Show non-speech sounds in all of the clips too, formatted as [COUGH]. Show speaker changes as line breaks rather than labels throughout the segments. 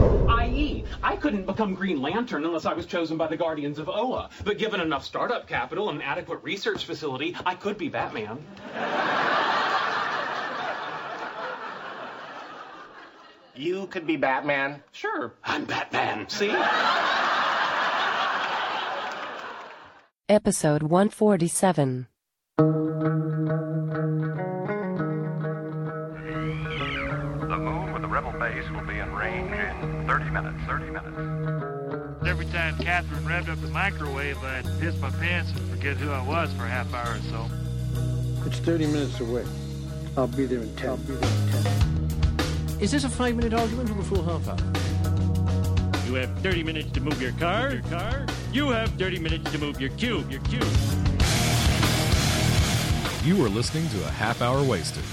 me. I couldn't become Green Lantern unless I was chosen by the Guardians of Oa. But given enough startup capital and an adequate research facility, I could be Batman.
You could be Batman.
Sure, I'm Batman. See?
Episode 147.
The moon with the rebel base will be in range in 30 minutes. 30 minutes.
Every time Catherine revved up the microwave, I'd piss my pants and forget who I was for a half hour or so.
It's 30 minutes away. I'll be there in 10. I'll be there in 10.
Is this a five minute argument or a full half hour?
You have 30 minutes to move your car. your car. You have 30 minutes to move your cube. Your cube.
You are listening to a half hour wasted.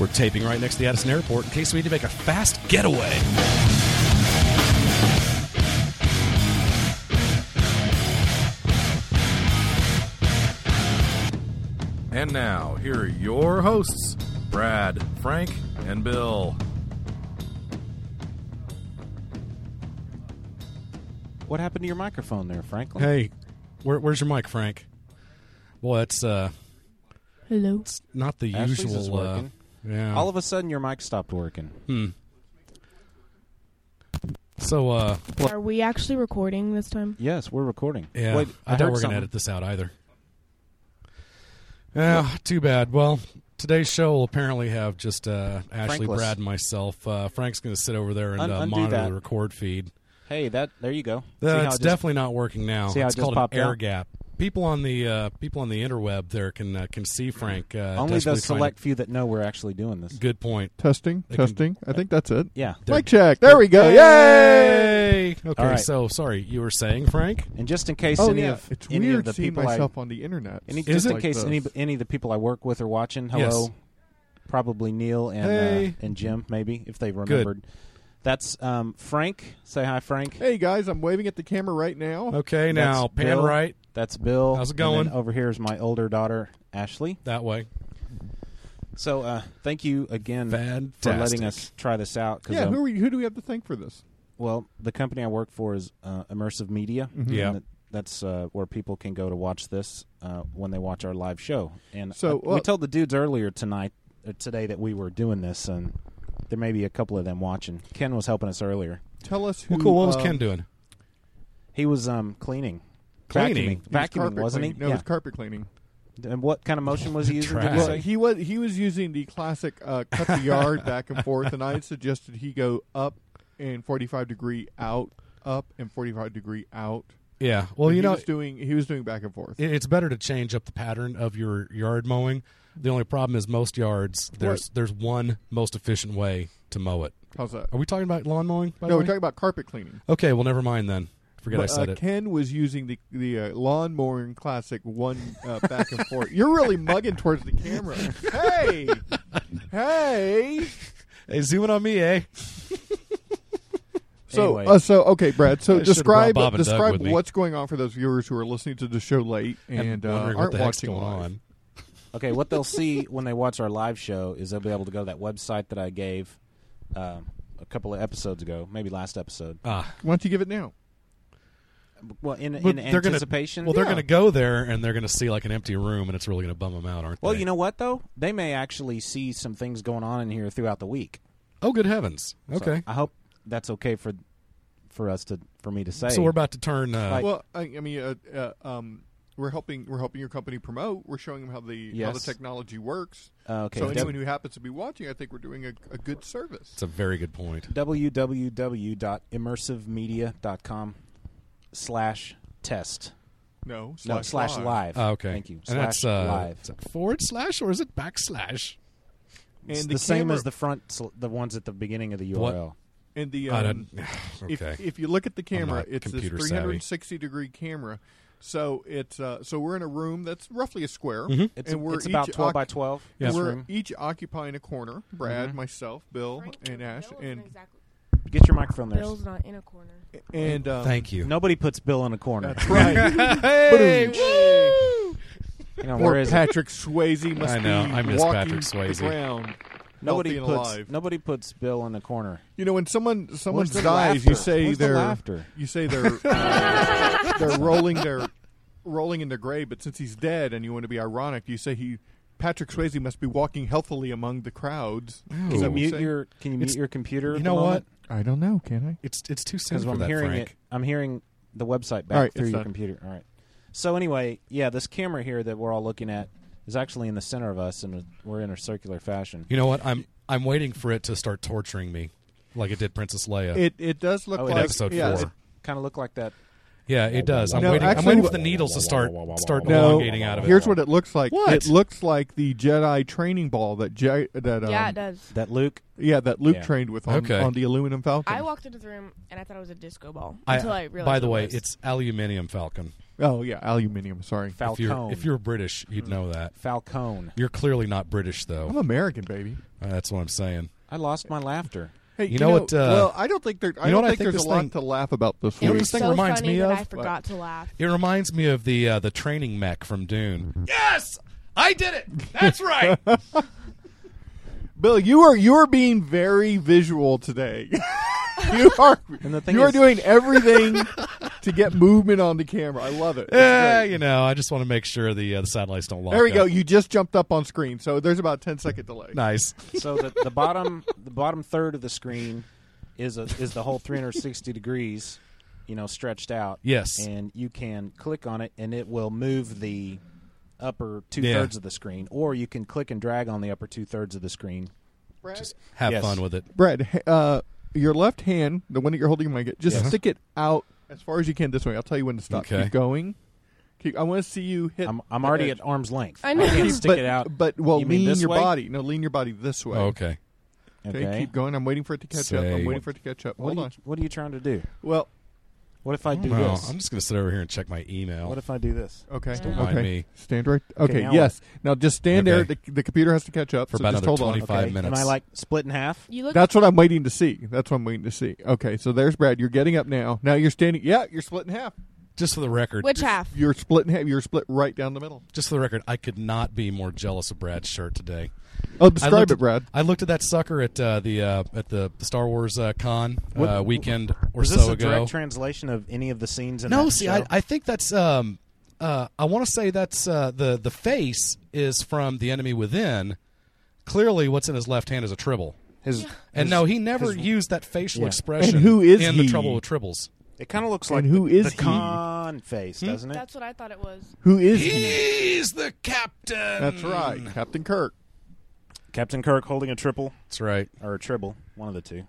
We're taping right next to the Addison Airport in case we need to make a fast getaway.
And now, here are your hosts, Brad, Frank, and Bill.
What happened to your microphone there, Franklin?
Hey, where, where's your mic, Frank? Well, that's uh,
Hello.
not the
Ashley's
usual.
is
uh,
working.
yeah.
All of a sudden, your mic stopped working.
so, uh,
Are we actually recording this time?
Yes, we're recording.
yeah,
Wait,
I,
heard
thought we were going
something.
to edit this out either. Yeah, too bad. Well, today's show will apparently have just uh, Ashley,
Frankless.
Brad, and myself. Uh, Frank's going to sit over there and
Un-
uh,
undo
monitor
that.
the record feed.
Hey, that there you go. See
Uh,
how
it's
it just-
definitely not working now.
see how it
it's
just
called
popped
an air
out?
gap. People on the uh, people on the interweb there can uh, can see Frank. Uh,
only
desperately
the
trying
select
to-
few that know we're actually doing this.
Good point.
Testing,
They can-
testing. I think that's it.
Yeah.
Mic check. There we go. Yay!
Hey. Okay.
All right.
So sorry, you were saying Frank.
And just in case
Oh
any
yeah.
of
It's
any
weird
of the
seeing
people I
myself on the internet.
any,
Is
just in
it?
case
Like
any
this.
any of the people I work with are watching.
Yes.
Hello. Probably Neil and
Hey.
uh, and Jim maybe if they remembered. That's um, Frank. Say hi, Frank.
Hey guys, I'm waving at the camera right now.
Okay. Now
That's
pan
Bill.
right
That's Bill.
How's it
And
going?
then over here is my older daughter, Ashley.
that way.
So uh, thank you again for
Fantastic.
letting us try this out. 'cause,
Yeah.
um,
Who are you, who do we have to thank for this?
well, the company I work for is uh, Immersive Media.
Mm-hmm.
Yeah.
and that- that's uh, where people can go to watch this uh, when they watch our live show. And
So,
uh,
well-
we told the dudes earlier tonight, uh, today that we were doing this, and there may be a couple of them watching. Ken was helping us earlier.
Tell us who.
Well, cool. What was
um,
Ken doing?
He was um, cleaning.
Cleaning?
Vacuuming,
It was
Vacuuming,
carpet
wasn't he?
cleaning. No, it was carpet cleaning.
yeah. And what kind of motion was he using? did you
Trash.
Well,
say?
he was he was using the classic uh, cut the yard back and forth, and I had suggested he go up and 45 degree out, up and 45 degree out.
Yeah. Well,
And
you
he
know,
was doing he was doing back and forth.
it- it's better to change up the pattern of your yard mowing. The only problem is most yards there's there's one most efficient way to mow it.
How's that?
Are we talking about lawn mowing? By
No,
the
we're
way?
talking about carpet cleaning.
okay. Well, never mind then. Forget I
But,
said
uh,
it.
Ken was using the the uh, lawn mowing classic one uh, back and forth. You're really mugging towards the
[LAUGHS]
camera. Hey, hey.
Hey, zoom in on me, eh?
[LAUGHS] So,
Anyway.
uh, so okay, Brad. So
I should've brought
describe
Bob and Doug
describe
with me.
what's going on for those viewers who are listening to the show late and
I'm
uh, aren't
wondering what the heck's
watching
going
live.
on.
Okay, what they'll see when they watch our live show is they'll be able to go to that website that I gave uh, a couple of episodes ago, maybe last episode.
Ah,
Why don't you give it now?
Well, in, in
But they're gonna-
anticipation.
well, they're
Yeah.
going to go there and they're going to see like an empty room, and it's really going to bum them out, aren't
well,
they?
you know what though? They may actually see some things going on in here throughout the week.
Oh, good heavens!
So
Okay,
I hope that's okay for for us to for me to say.
so, we're about to turn. Uh,
Like-
Well, I, I mean, uh, uh, um, we're helping we're helping your company promote. We're showing them how the how the
Yes.
technology works.
Uh, okay.
so
Deb-
anyone who happens to be watching, I think we're doing a, a good service.
it's a very good point.
www.immersivemedia.com slash test.
No, slash,
No, slash live.
Ah, okay,
Thank you.
And that's
Slash
uh,
live.
is it forward slash or is it backslash?
And
It's
the,
the, same
camera-
as the front, sl- the ones at the beginning of the URL.
What?
and the
I [SIGHS]
um,
don't. Okay,
if, if you look at the camera,
not
it's this
computer
360 degree camera. So it's uh, so we're in a room that's roughly a square,
It's,
and we're
it's
each
about twelve by
occu-
twelve.
Yeah.
This
We're
room.
each occupying a corner. Brad, myself, Bill, and Ash, and
Get your microphone there.
Bill's not in a corner.
and um,
[LAUGHS] Thank you.
Nobody puts Bill in a corner.
That's right. Hey!
You know, where
Poor
is
[LAUGHS]
it?
Patrick Swayze must
I know,
be
I miss
walking
Patrick Swayze.
the ground.
Nobody
healthy and
puts
alive.
nobody puts Bill in the corner.
You know, when someone someone
Where's the
dies,
laughter?
you say
Where's the
they're
laughter?
you say they're
[LAUGHS]
uh, they're rolling their rolling in their grave. But since he's dead, and you want to be ironic, you say he Patrick Swayze must be walking healthily among the crowds. Is that what you say?
It's- computer
you
at
know
the
what?
moment?
I don't know. Can I?
It's it's too
Because I'm hearing it. I'm hearing the website back
All right,
through
it's
your
done.
computer. All right. So anyway, yeah, this camera here that we're all looking at is actually in the center of us, and we're in a circular fashion.
You know what? I'm I'm waiting for it to start torturing me, like it did Princess Leia.
It it does look
Oh,
like
in episode
yeah,
four.
it-
Kind of look like that.
yeah, it does. I'm
No,
waiting.
actually-
I'm waiting for the needles to start start
No,
elongating out of it.
here's what it looks like.
What?
It looks like the Jedi training ball that Je- that um,
Yeah, it does.
That Luke.
yeah that Luke
Yeah.
trained with on,
Okay.
on the aluminum Falcon.
I walked into the room and I thought it was a disco ball
I-
until I realized.
by the
it
way,
was.
it's aluminium falcon.
oh yeah, aluminum. Sorry,
If you're,
Falcone.
if you're British, you'd know that.
Falcone.
You're clearly not British, though.
I'm American, baby.
Uh, that's what I'm saying.
I lost my laughter.
Hey,
you, know, what? Uh,
well, I don't think there. I
you know
don't
what I
think,
think
there's
this
a lot
thing-
to laugh about this
You know what
week.
this thing reminds
funny
me
that
of?
I forgot to laugh.
It reminds me of the uh, the training mech from Dune. Yes, I did it. That's right.
Bill, you are you are being very visual today. [LAUGHS] you are
And the thing
you are
is-
doing everything to get movement on the camera. I love it. It's
yeah,
great.
you know, I just want to make sure the uh, the satellites don't lock.
There we
up.
go. You just jumped up on screen, so there's about 10 second delay.
Nice.
[LAUGHS] So the, the bottom the bottom third of the screen is a, is the whole 360 degrees, you know, stretched out.
Yes.
And you can click on it, and it will move the upper two
Yeah.
thirds of the screen, or you can click and drag on the upper two thirds of the screen.
Brad?
Have
Yes.
fun with it.
Brad, h- uh, your left hand, the one that you're holding in my hand, just
Yes.
stick it out as far as you can this way. I'll tell you when to stop.
Okay.
Keep going. Keep, I want to see you hit.
I'm, I'm
the
already
edge.
at arm's length.
I know. [LAUGHS]
can't stick
but,
it out.
But well,
You mean
lean
this
your
way?
body. No, lean your body this way.
okay.
Okay, Keep going. I'm waiting for it to catch up.
Say-
I'm waiting for it to catch up.
What
Hold
are,
on.
you, what are you trying to do?
Well,
What if I do
Well,
this?
I'm just gonna sit over here and check my email.
What if I do this?
okay.
Don't mind
okay.
me.
Stand right.
Okay,
Okay.
now
yes. Now just stand there.
Okay.
The, the computer has to catch up.
For
so
about
just
another
hold on.
25 Five
Okay.
minutes.
Am I like split in half?
You look.
That's what I'm waiting to see. That's what I'm waiting to see. Okay, so there's Brad. You're getting up now. Now you're standing. Yeah, you're split in half.
Just for the record,
Which half?
You're split in half. You're split right down the middle.
just for the record, I could not be more jealous of Brad's shirt today.
Oh,
I
describe
looked
it, Brad.
At, I looked at that sucker at uh, the uh, at the Star Wars uh, con uh,
What-
weekend or
Is
so
this a
ago.
direct translation of any of the scenes in
no,
that
see,
show?
I, I think that's um, uh, I want to say that's uh, the the face is from the enemy within. Clearly, what's in his left hand is a tribble,
His-
and no, he never used that facial
Yeah.
expression.
And who is
in
he?
the trouble with tribbles?
It kind of looks
And
like
who
the,
is
the
he? Hmm?
con face, doesn't it?
That's what I thought it was.
Who is he?
He's the captain.
That's right, Captain Kirk.
Captain Kirk holding a triple
That's right. Mm-hmm.
or a triple, one of the two.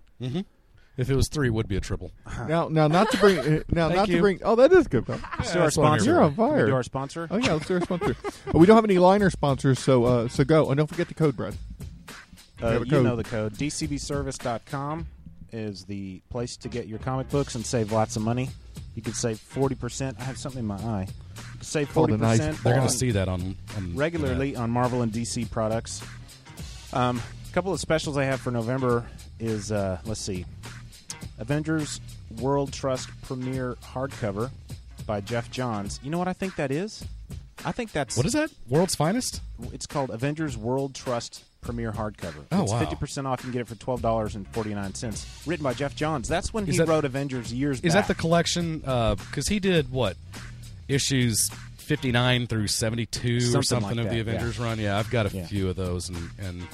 If it was three, it would be a triple.
Now, now, not to bring. uh, Now, not to
you.
bring. Oh, that is good. Though.
Let's do our
that's what I'm
sponsor.
here
You're on
Can we
fire.
do our sponsor.
Uh,
Oh yeah, let's do our sponsor. oh, we don't have any liner sponsors, so uh, so go and don't forget the code, Brad.
Uh,
have a
you
code.
know the code. DCBService.com is the place to get your comic books and save lots of money. You can save 40%. I have something in my eye. You can Save
Called an
40%.
eye-
They're going
on-
to see that on, on
regularly on Marvel and DC products. Um, a couple of specials I have for November is uh, let's see, Avengers World Trust Premiere hardcover by Jeff Johns. You know what I think that is? I think that's
What is that? World's finest?
It's called Avengers World Trust Premiere hardcover.
Oh,
it's
wow.
fifty percent off. You can get it for twelve dollars and forty nine cents. Written by Jeff Johns. That's when
Is
he
that-
wrote Avengers years
Is
back.
that the collection? Because he did what issues fifty nine through seventy two or
Something
something
like
of the
that,
Avengers run. Yeah, I've got a
Yeah.
few of those, and and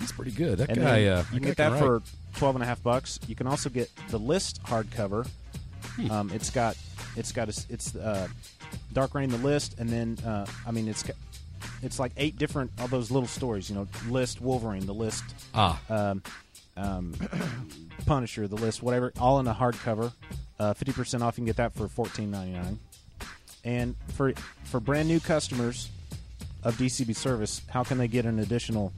he's pretty good. That
and
guy,
then
uh,
you can get
guy
that for
write.
twelve and a half bucks. You can also get the list hardcover.
Hmm.
Um, it's got it's got a s it's uh, Dark Rain the list, and then uh, I mean it's got, it's like eight different all those little stories. You know, list Wolverine, the list
ah.
um, um, Punisher, the list, whatever, all in a hardcover. Uh, Fifty percent off. You can get that for fourteen ninety nine. And for for brand new customers of DCB service, how can they get an additional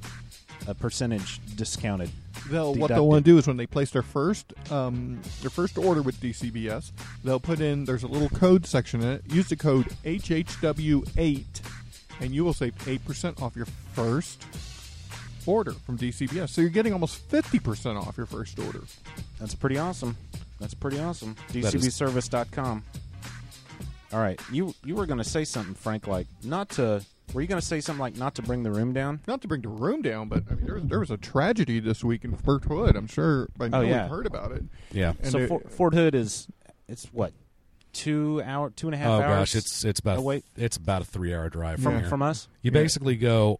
uh, percentage discounted?
They'll what
Deducted.
they'll want to do is when they place their first um, their first order with DCBS, they'll put in there's a little code section in it. Use the code HHW8, and you will save eight percent off your first order from DCBS. So you're getting almost fifty percent off your first order.
That's pretty awesome. That's pretty awesome.
That is-
DCBService.com. All right, you you were going to say something, Frank, like not to Were you going to say something like not to bring the room down?
Not to bring the room down, but I mean, there was, there was a tragedy this week in Fort Hood. I'm sure by now
oh
we've
yeah,
heard about it. And
so
it-
Fort, Fort Hood is it's what two hour, two and a half
oh
hours.
gosh, it's it's about
away?
it's about a three hour drive
From-
here.
from us?
You
Yeah.
basically go,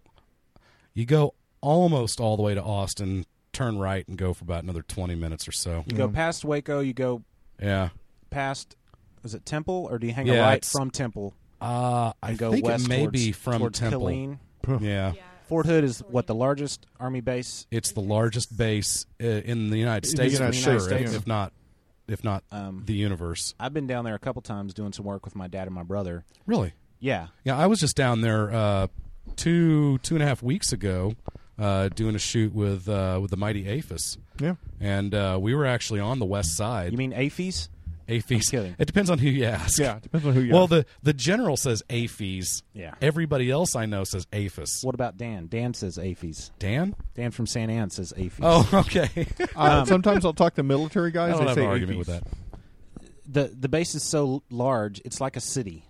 you go almost all the way to Austin, turn right, and go for about another twenty minutes or so.
You go past Waco. You go
yeah.
past. Is it Temple, or do you hang
Yeah,
a right
it's-
from Temple?
Uh, I
and go
think it
west
may
towards,
be from
towards
Temple.
Killeen?
Yeah.
Fort Hood is what the largest army base.
It's the largest base uh, in the United
In the
States, for
United
sure,
States.
If, if not, if not
Um,
the universe.
I've been down there a couple times doing some work with my dad and my brother.
Really?
Yeah.
Yeah, I was just down there uh, two two and a half weeks ago uh, doing a shoot with uh, with the mighty Aphis.
Yeah.
and uh, we were actually on the west side. You
mean Aphies?
Aphies. It depends on who you ask.
Yeah, it depends on who you
well,
ask.
the the general says Aphies.
Yeah.
Everybody else I know says Aphis.
What about Dan? Dan says Aphies.
Dan?
Dan from San Ann says Aphies.
Oh, okay.
Uh, sometimes I'll talk to military guys.
I don't
they
have
say
an argument with
APs.
that.
the the base is so large, it's like a city.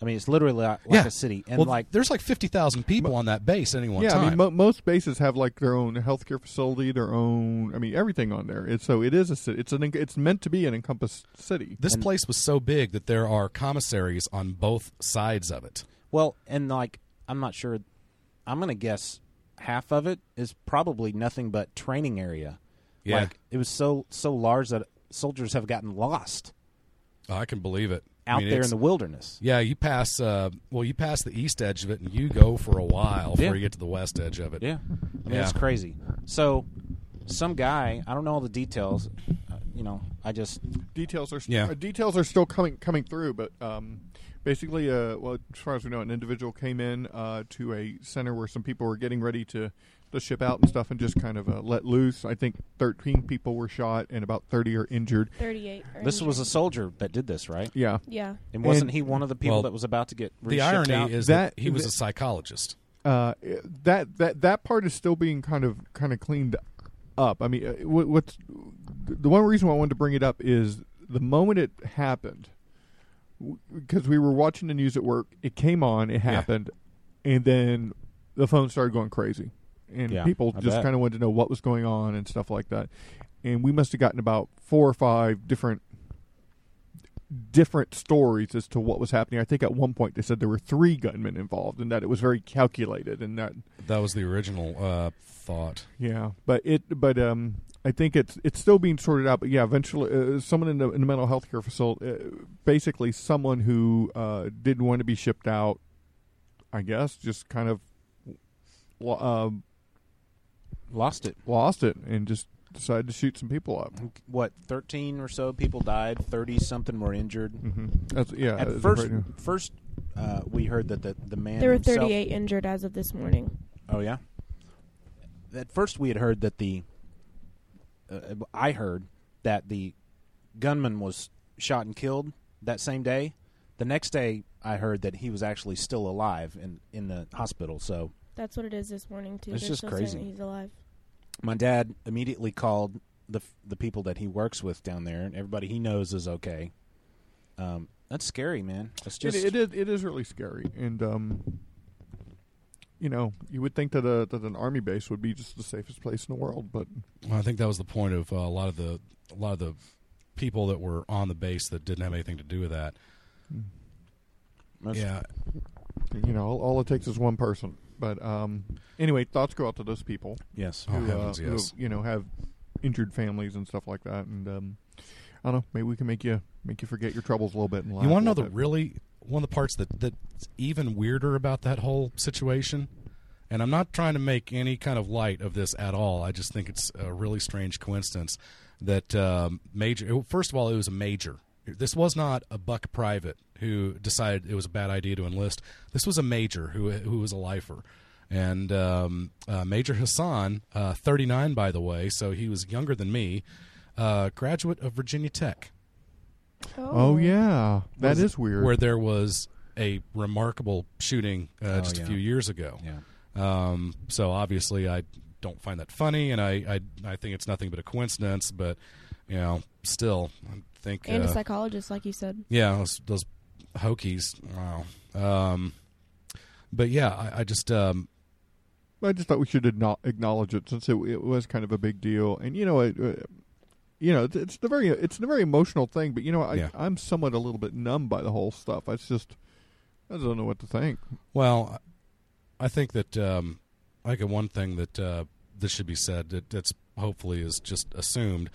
I mean, it's literally like, like
yeah.
a city, and
well,
like
there's like fifty thousand people on that base any one
yeah,
time.
I mean, mo- most bases have like their own healthcare facility, their own. I mean, everything on there. It's, so it is a city. It's an. en- It's meant to be an encompassed city.
this place was so big that there are commissaries on both sides of it.
well, and like I'm not sure. I'm gonna guess half of it is probably nothing but training area.
Yeah.
Like it was so so large that soldiers have gotten lost
I can believe it. I
out
mean,
there
it's-
in the wilderness.
Yeah, you pass. Uh, well, you pass the east edge of it, and you go for a while before
Yeah.
you get to the west edge of it.
Yeah, I mean it's crazy. So, some guy, I don't know all the details. Uh, you know, I just
details are st-
Yeah.
uh, details are still coming coming through, but um, basically, uh, well, as far as we know, an individual came in uh, to a center where some people were getting ready to to ship out and stuff, and just kind of uh, let loose. I think thirteen people were shot, and about thirty are injured.
38 are
this was a
injured.
soldier that did this, right?
Yeah.
Yeah.
And wasn't
And-
he one of the people
Well,
that was about to get
The irony is that, he was a
th-
psychologist.
uh, that that that part is still being kind of kind of cleaned up. I mean, uh, what, what's the one reason why I wanted to bring it up is the moment it happened because we were watching the news at work. It came on, it happened, and then the phone started going crazy, and
Yeah,
people
I
just
bet.
kind of wanted to know what was going on and stuff like that. And we must have gotten about four or five different different stories as to what was happening. I think at one point they said there were three gunmen involved and that it was very calculated and that
That was the original uh, thought.
yeah, but it but um I think it's it's still being sorted out. But yeah, eventually, uh, someone in the, in the mental health care facility, uh, basically someone who uh, didn't want to be shipped out, I guess, just kind of lo- um
lost it,
lost it, and just decided to shoot some people up.
what thirteen or so people died, thirty something were injured.
Mm-hmm. That's, yeah,
At
that's
first,
right.
first uh, we heard that the the man
There were
himself-
38 injured as of this morning.
Oh yeah. At first, we had heard that the. Uh, I heard that the gunman was shot and killed that same day. The next day, I heard that he was actually still alive in in the hospital. So
That's what it is this morning too.
It's
They're
just
still saying
crazy.
that he's alive.
my dad immediately called the f- the people that he works with down there, and everybody he knows is okay. Um, that's scary, man. It's just
it, it is it is really scary, and um, you know, you would think that a, that an army base would be just the safest place in the world, but
Well, I think that was the point of uh, a lot of the a lot of the people that were on the base that didn't have anything to do with that. Yeah.
you know, all, all it takes is one person. But um, anyway, thoughts go out to those people.
Yes.
who,
Oh,
uh,
heavens,
who,
yes.
you know have injured families and stuff like that, and um, I don't know. Maybe we can make you make you forget your troubles a little bit. And laugh
You
want to
know the really one of the parts that that's even weirder about that whole situation, and I'm not trying to make any kind of light of this at all. I just think it's a really strange coincidence that um, major. First of all, it was a major. This was not a buck private who decided it was a bad idea to enlist. This was a major who who was a lifer. And um, uh, Major Hassan, uh, 39 by the way, so he was younger than me, uh, graduate of Virginia Tech.
Oh, yeah, that is weird.
Where there was a remarkable shooting uh,
Oh,
just
yeah.
a few years ago.
Yeah.
Um, so obviously, I don't find that funny, and I, I I think it's nothing but a coincidence. But you know, still, I think
And a
uh,
psychologist, like you said.
yeah, those, those Hokies. Wow. Um, But yeah, I, I just um,
I just thought we should acknow- acknowledge it since it, it was kind of a big deal, and you know it. Uh, you know, it's, it's the very it's a very emotional thing, but you know, I,
Yeah.
I'm somewhat a little bit numb by the whole stuff. It's just I don't know what to think.
Well, I think that um, I think one thing that uh, this should be said that that's hopefully is just assumed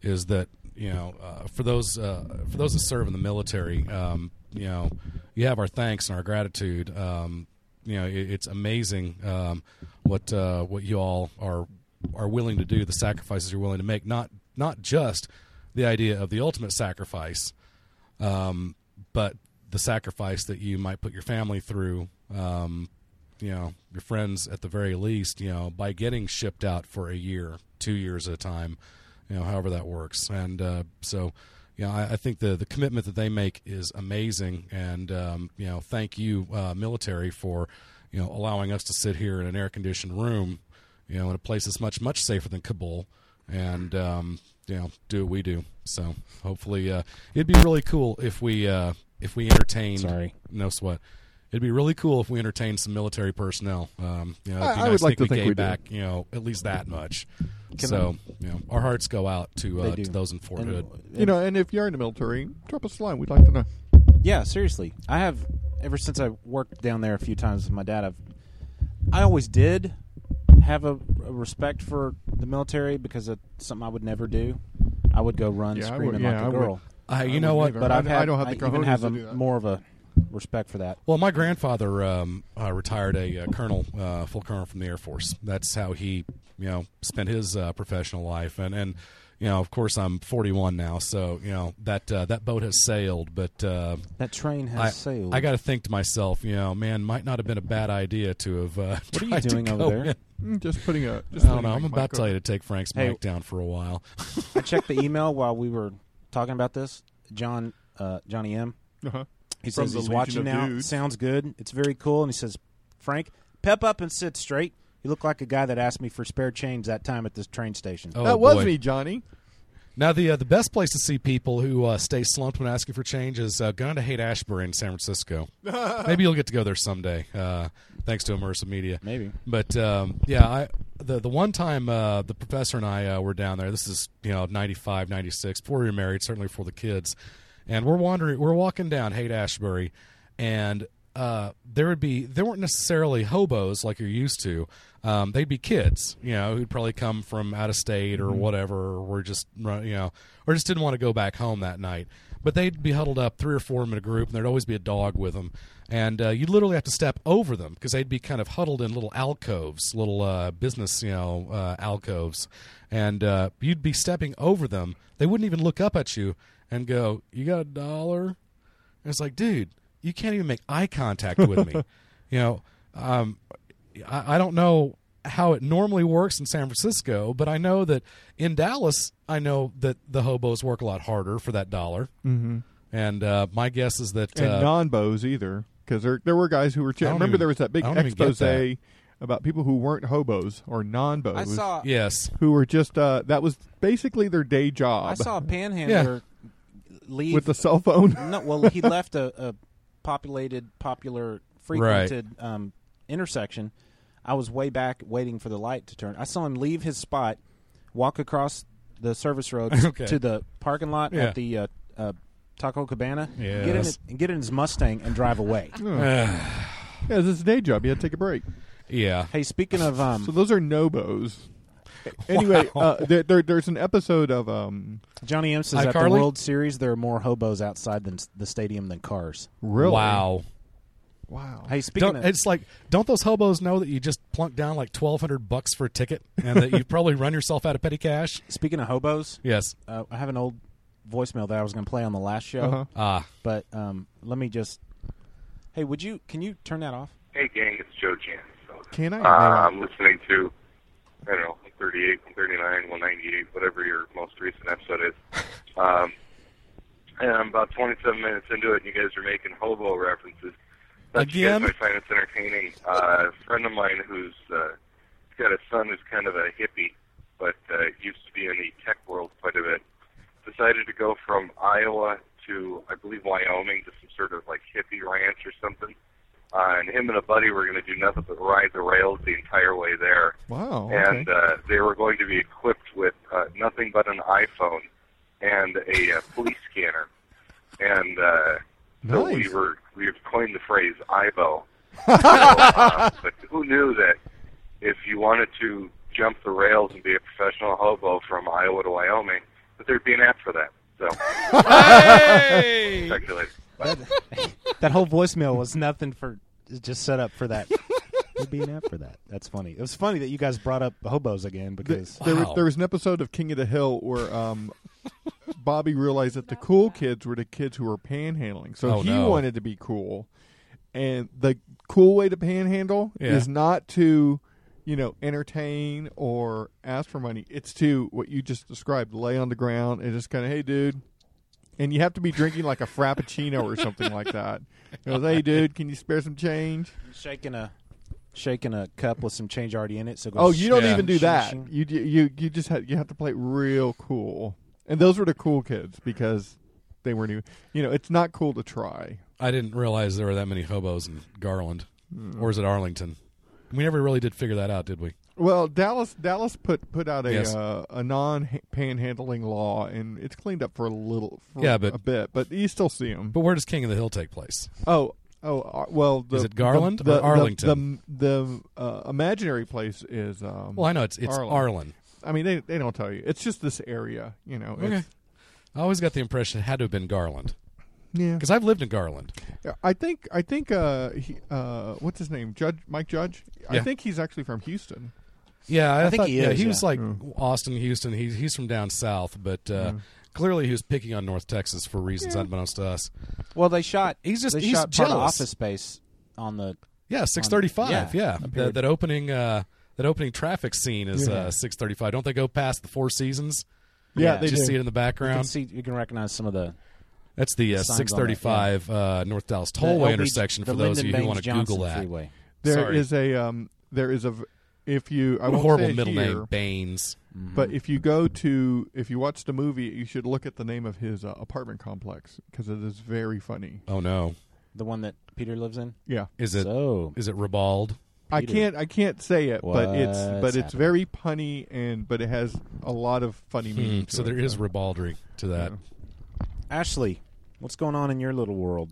is that you know uh, for those uh, for those that serve in the military, um, you know, you have our thanks and our gratitude. Um, you know, it, it's amazing um, what uh, what you all are are willing to do, the sacrifices you're willing to make. Not not just the idea of the ultimate sacrifice, um, but the sacrifice that you might put your family through, um, you know, your friends at the very least, you know, by getting shipped out for a year, two years at a time, you know, however that works. And uh, so, you know, I, I think the the commitment that they make is amazing. And um, you know, thank you, uh, military, for you know allowing us to sit here in an air conditioned room, you know, in a place that's much much safer than Kabul and um, you know do what we do. So hopefully, uh, it'd be really cool if we uh, if we entertained. Sorry, no sweat. It'd be really cool if we entertained some military personnel. Um, you know, it'd be
I- I
nice
would like to
we
think
gave
we do. Mm-hmm.
back, you know, at least that much.
Can
so, you know, our hearts go out to,
They
uh,
do.
to those in Fort
And-
Hood.
You know, and if you are in the military, drop us a line. We'd like to know.
Yeah, seriously. I have ever since I worked down there a few times with my dad. I've I always did have a, a respect for the military because it's something I would never do. I would go run
Yeah, I
screaming
would- yeah, I
like a
would-
girl.
I you know what?
But I've had, I don't have
the
even
cojones
have
to
a,
do that.
more of a respect for that.
Well, my grandfather um, uh, retired a uh, colonel, uh, full colonel from the Air Force. That's how he, you know, spent his uh, professional life. And and you know, of course, I'm 41 now, so you know that uh, that boat has sailed. But uh,
That train has
I,
sailed.
I got to think to myself, you know, man, might not have been a bad idea to have. Uh,
What are you
tried to
doing over
go
there?
in.
Mm, Just putting a.
I
Just
don't
putting
know.
a
I'm
mic
about to
on.
tell you to take Frank's
Hey.
mic down for a while. [LAUGHS]
I checked the email while we were talking about this. John uh, Johnny M.
[LAUGHS] Uh-huh.
He
From
says
the
he's
Legion
watching
of
now.
Dudes.
Sounds good. It's very cool. And he says, Frank, pep up and sit straight. You look like a guy that asked me for spare change that time at this train station.
Oh,
that was
boy.
me, Johnny.
Now, the uh, the best place to see people who uh, stay slumped when asking for change is uh, going to Hate Ashbury in San
[LAUGHS]
Francisco. Maybe you'll get to go there someday, uh, thanks to Immersive Media.
Maybe.
But um, yeah, I the the one time uh, the professor and I uh, were down there. This is you know 95, 96, before we were married, certainly before the kids. And we're wandering, we're walking down Haight Ashbury, and uh, there would be there weren't necessarily hobos like you're used to. Um, they'd be kids, you know, who'd probably come from out of state or whatever, or were just run- you know, or just didn't want to go back home that night. But they'd be huddled up, three or four of 'em in a group, and there'd always be a dog with them. And uh, you'd literally have to step over them because they'd be kind of huddled in little alcoves, little uh, business, you know, uh, alcoves. And uh, you'd be stepping over them. They wouldn't even look up at you and go, "You got a dollar?" And it's like, dude, you can't even make eye contact with
[LAUGHS]
me. you know, um, I, I don't know how it normally works in San Francisco, but I know that in Dallas, I know that the hobos work a lot harder for that dollar.
Mm-hmm.
And uh, my guess is that
and
uh,
non bows either, because there there were guys who were. Ch-
I don't
remember,
even-
there was that big
I don't even get
expose
that.
about people who weren't hobos or non bows.
I saw
yes,
who were just uh, that was basically their day job.
I saw a panhandler leave
with the cell phone.
no, well, he left a, a populated, popular, frequented um, intersection. I was way back waiting for the light to turn. I saw him leave his spot, walk across the service road
[LAUGHS]
Okay.
to the parking lot
Yeah.
at the uh, uh, Taco Cabana, get in
Yes.
it- get in his Mustang and drive away.
[LAUGHS] [LAUGHS] yeah, it's his day job. He had to take a break.
yeah,
hey, speaking of um,
So those are no bows. [LAUGHS] Anyway, uh, there, there, there's an episode of um,
Johnny M says
Hi,
at
Carly.
the World Series there are more hobos outside than s- the stadium than cars.
really
wow.
wow.
Hey, speaking
Don't,
of
it's like, don't those hobos know that you just plunk down like twelve hundred bucks for a ticket, and that you probably run yourself out of petty cash?
speaking of hobos,
Yes.
uh, I have an old voicemail that I was going to play on the last show.
Uh-huh.
Ah,
But um, let me just. Hey, would you? Can you turn that off?
Hey, gang, it's Joe Jan.
Can I?
Uh, I'm listening to, I don't know, 38, 139, 198, whatever your most recent episode is. Um, and I'm about 27 minutes into it, and you guys are making hobo references. That's
Again?
Yes, I find it's entertaining. Uh, a friend of mine who's uh, he's got a son who's kind of a hippie, but uh, used to be in the tech world quite a bit, decided to go from Iowa to, I believe, Wyoming to some sort of like hippie ranch or something Uh, and him and a buddy were going to do nothing but ride the rails the entire way there.
Wow.
And uh, they were going to be equipped with uh, nothing but an iPhone and a uh, police scanner. And uh, so we were we have coined the phrase "IBO." so, uh, but who knew that if you wanted to jump the rails and be a professional hobo from Iowa to Wyoming, that there'd be an app for that. So, [LAUGHS]
Hey!
speculate.
That, that whole voicemail was nothing for just set up for [LAUGHS] that. It'd be an app for that. That's funny. It was funny that you guys brought up hobos again because
There, was, there was an episode of King of the Hill where um, [LAUGHS] Bobby realized that the cool kids were the kids who were panhandling. So
Oh,
he
no.
wanted to be cool. And the cool way to panhandle
Yeah.
is not to, you know, entertain or ask for money. It's to what you just described, lay on the ground and just kind of, hey, dude. And you have to be drinking like a frappuccino or something
[LAUGHS]
like that. You know, hey, dude, can you spare some change?
shaking a shaking a cup with some change already in it. So it goes
Oh, you don't
shing,
even do
shing,
that.
shing.
You you you just have, you have to play it real cool. And those were the cool kids because they were new. You know, it's not cool to try.
I didn't realize there were that many hobos in Garland, or is it Arlington? We never really did figure that out, did we?
Well, Dallas Dallas put put out a
Yes.
uh, a non panhandling law, and it's cleaned up for a little for
Yeah, but-
a bit, but you still see them.
But where does King of the Hill take place?
Oh, oh, uh, well, the,
Is it Garland
the,
or
the- the-
Arlington?
The the, uh, imaginary place is. Um,
Well, I know it's- it's Arlen.
I mean, they they don't tell you. It's just this area, you know.
Okay.
It's,
I always got the impression it had to have been Garland.
Yeah.
Because I've lived in Garland.
Yeah, I think I think uh, he, uh, what's his name? Judge Mike Judge. I
Yeah.
think he's actually from Houston.
Yeah, I,
I think
thought-
he
Yeah,
is,
he was
yeah.
like Austin, Houston. He's he's from down south, but uh, clearly he was picking on North Texas for reasons unbeknownst to us.
Well, they shot.
He's just
they
he's
shot part of
jealous.
Office Space on the
Yeah,
on-
six thirty-five. Yeah,
up here.
That, that opening uh, that opening traffic scene is
Yeah.
uh, six thirty-five. Don't they go past the Four Seasons?
Yeah,
you
they
just
do.
see it in the
You can
background.
see you can recognize some of the.
That's the uh,
signs on that,
six thirty-five uh, North Dallas
The
Tollway
LB
intersection
the
for those of you
Lyndon
who want to
Baines
Google
Johnson
that.
freeway.
There is
Sorry.
a um, there is a v- if you I
What a
won't
horrible
say it
middle
here,
name, Baines.
But if you go to if you watch the movie, you should look at the name of his uh, apartment complex because it is very funny.
Oh no,
the one that Peter lives in.
Yeah.
is it?
So
Is it Ribald?
I can't I can't say it, but it's
What's
but it's very punny and but it has a lot of funny meaning.
Hmm, so
there
there
is.
is ribaldry to that.
Ashley, what's going on in your little world?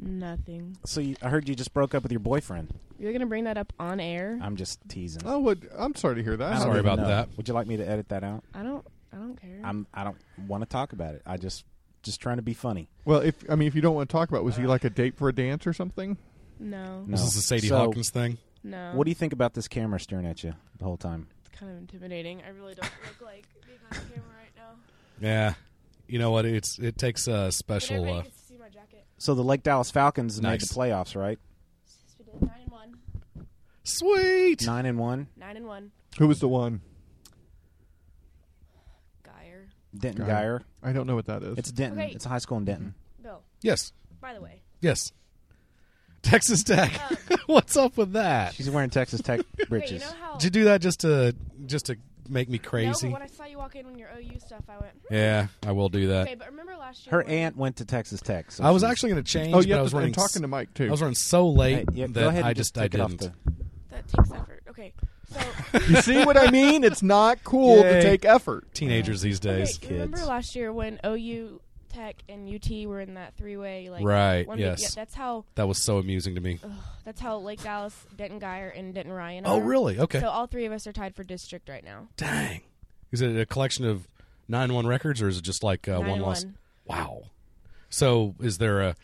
Nothing.
So you, I heard you just broke up with your boyfriend.
You're gonna bring that up on air?
I'm just teasing.
Oh, what, I'm sorry to hear that.
I don't
Sorry
even
about
know.
that.
Would you like me to edit that out?
I don't. I don't care.
I'm. I don't want to talk about it. I just just trying to be funny.
Well, if I mean if you don't want to talk about, it, was he like a date for a dance or something?
no.
No.
This is a Sadie
So-
Hawkins thing.
No.
What do you think about this camera staring at you the whole time?
It's kind of intimidating. I really don't look like being on camera right now.
Yeah, you know what? It's it takes a
But
special.
everybody
Uh,
gets to see my jacket.
So the Lake Dallas Falcons made
Nice.
the playoffs, right?
Yes, we did nine and one.
Sweet.
Nine and one.
Nine and one.
Who was the one?
Geyer.
Denton
Geyer.
Geyer.
I don't know what that is.
It's Denton.
Okay.
It's a high school in Denton.
Mm-hmm.
Bill.
Yes.
By the way, Um.
Yes. Texas Tech. [LAUGHS] What's up with that?
She's wearing Texas Tech
[LAUGHS] wait, you
britches.
know how?
Did you do that just to just to make me
No,
crazy?
but when I saw you walk in on your OU stuff, I went. Hmm.
yeah, I will do that.
Okay, but remember last year?
Her aunt went to Texas Tech. So
I was
she's-
actually going to change,
Oh, you
but
have
I was
to- and
running. s-
talking to Mike, too.
I was running so late
Hey, yeah, go
that
ahead
I
and
just,
just
I
take it off
didn't.
That takes effort. Okay, so
you see
[LAUGHS]
what I [LAUGHS] mean? It's not cool to
Yay.
take effort.
Teenagers these days,
Okay, remember last year when OU Tech and UT were in that three-way? Like
right?
one big-
Yes,
yeah, that's how.
That was so amusing to me.
Uh-huh.
Ugh, that's how Lake Dallas, Denton Geyer, and Denton Ryan.
Oh,
are.
really? Okay.
So all three of us are tied for district right now.
Dang, is it a collection of nine one records, or is it just like uh, one loss?
9-1.
Wow. So, is there a?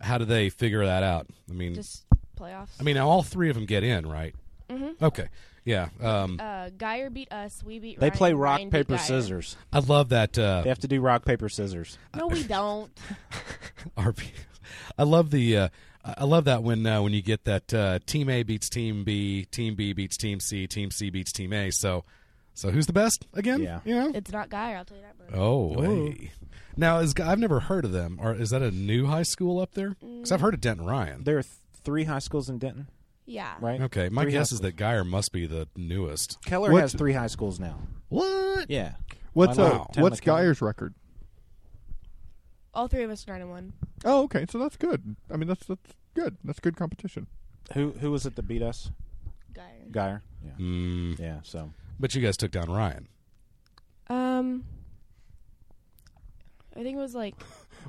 How do they figure that out? I mean,
Just playoffs.
I mean, now all three of them get in, right?
Mhm.
Mm-hmm.
Okay, yeah. Um,
uh, Geyer beat us. We beat.
They
Ryan,
play rock
Ryan beat
paper
Geyer.
scissors.
I love that. Uh,
They have to do rock paper scissors.
No, we don't.
RP. [LAUGHS] I love the. Uh, I I love that when uh, when you get that uh, team A beats team B, team B beats team C, team C beats team A. So, so who's the best again?
Yeah.
You know?
it's not Geyer. I'll tell you that much.
Oh, hey. now is I've never heard of them. Or is that a new high school up there? Because I've heard of Denton Ryan.
There are th- three high schools in Denton,
Yeah.
right?
Okay, my
Three high
guess is
schools.
that Geyer must be the newest.
Keller
What-
has three high schools now.
What?
Yeah.
What's
Why not?
uh,
Town of
what's
Keller.
Geyer's record?
All three of us are nine and one.
Oh, okay, so that's good. I mean, that's that's Good. That's good competition.
Who who was it that beat us?
Geyer.
Geyer. Yeah.
Mm.
Yeah. So.
But you guys took down Ryan.
Um, I think it was like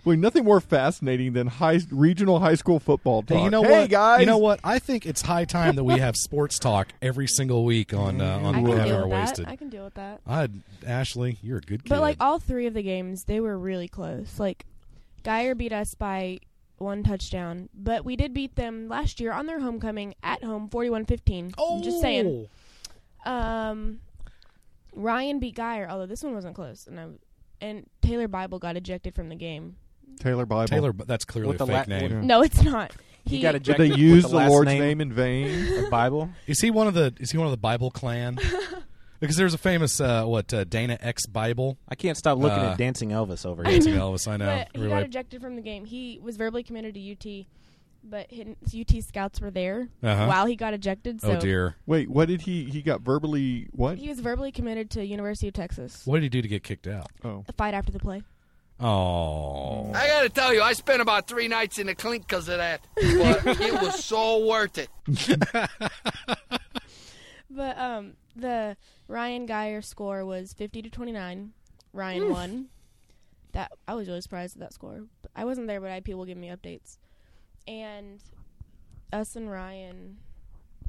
Well, nothing more fascinating than high regional high school football talk.
Hey, you know
Hey,
what,
guys.
You know what? I think it's high time that we have [LAUGHS] sports talk every single week on uh,
Mm-hmm.
on
I can
Whatever
deal
Are
with that.
Wasted.
I can deal with that.
I'd- Ashley, you're a good kid.
But like all three of the games, they were really close. Like Geyer beat us by one touchdown, but we did beat them last year on their homecoming at home 41-15.
Oh!
I'm just saying. Um Ryan beat Geyer, although this one wasn't close and I and Taylor Bible got ejected from the game.
Taylor Bible.
Taylor, but that's clearly
With
a
the
fake
Latin-
name.
No, it's not.
He got
Did
ejected.
they
with
use the,
last
Lord's
name,
name. in vain?
of Bible.
Is he one of the? Is he one of the Bible
[LAUGHS]
clan? because there's a famous uh, what uh, Dana X Bible.
I can't stop looking
Uh,
at dancing Elvis over here.
Dancing Elvis. I know.
But he got
Everybody-
ejected from the game. He was verbally committed to UT, but his UT scouts were there
Uh-huh.
while he got ejected.
Oh,
So
Wait, what did he? He got verbally what?
He was verbally committed to University of Texas.
What did he do to get kicked out?
Oh.
A fight after the play.
Oh.
I gotta tell you, I spent about three nights in the clink because of that. But it was so worth it.
But um, the Ryan Geyer score was fifty to twenty nine. Ryan
Oof.
won. That I was really surprised at that score. But I wasn't there, but I had people give me updates. And us and Ryan,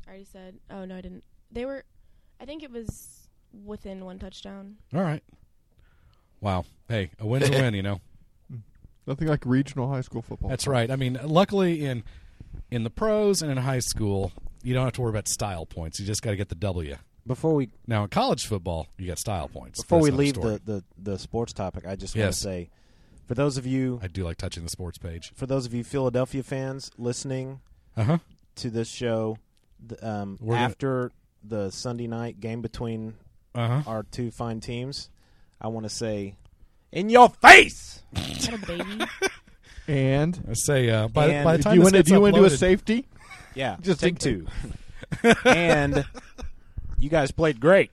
I already said. Oh no, I didn't. They were. I think it was within one touchdown.
All right. Wow. Hey, a win's a win, you know.
Nothing like regional high school football.
That's right. I mean, luckily in in the pros and in high school, you don't have to worry about style points. You just got to get the W.
Before we
now in college football, you got style points.
Before
That's
we
another
leave
story.
the, the, the sports topic, I just want
Yes.
to say, for those of you,
I do like touching the sports page.
For those of you Philadelphia fans listening
Uh-huh.
to this show, the, um,
We're gonna-
after the Sunday night game between
Uh-huh.
our two fine teams, I want to say, in your face.
And
I say uh, by,
And-
by the
Do
time
you
this
wanna-
gets
do you wanna do a
uploaded-
safety?
[LAUGHS]
Yeah, Just take take two. and you guys played great.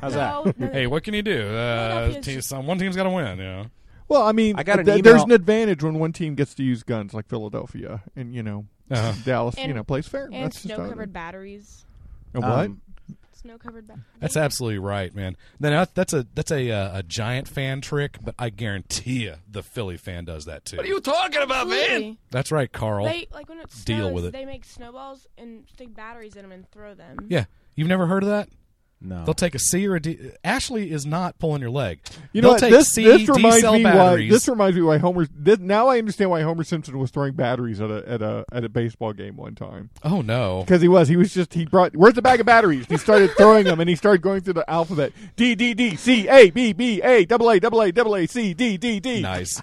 How's that?
Hey, what can you do? Uh, team, some, one team's got to win. You know.
Well, I mean,
I got an
th-
email-
there's an advantage when one team gets to use guns, like Philadelphia and you know
Uh-huh.
Dallas. you
And-
know, plays fair.
And
That's just how
snow
it
covered batteries.
is. A what?
Um,
Snow covered batteries.
That's absolutely right, man. Then that- that's a that's a uh, a giant fan trick, but I guarantee you the Philly fan does that too.
What are you talking about, man?
Absolutely.
That's right, Carl.
They like when it snows,
Deal with it.
They make snowballs and stick batteries in them and throw them.
Yeah, you've never heard of that?
No.
They'll take a C or a D. Ashley is not pulling your leg.
You know
They'll
what?
take
This,
C,
this reminds
D cell
me
batteries.
why. This reminds me why Homer. This, now I understand why Homer Simpson was throwing batteries at a at a at a baseball game one time.
oh no!
Because he was, he was just he brought. Where's the bag of batteries? He started throwing them, and he started going through the alphabet: D D D C A B B A double A double A double A C D D D.
Nice.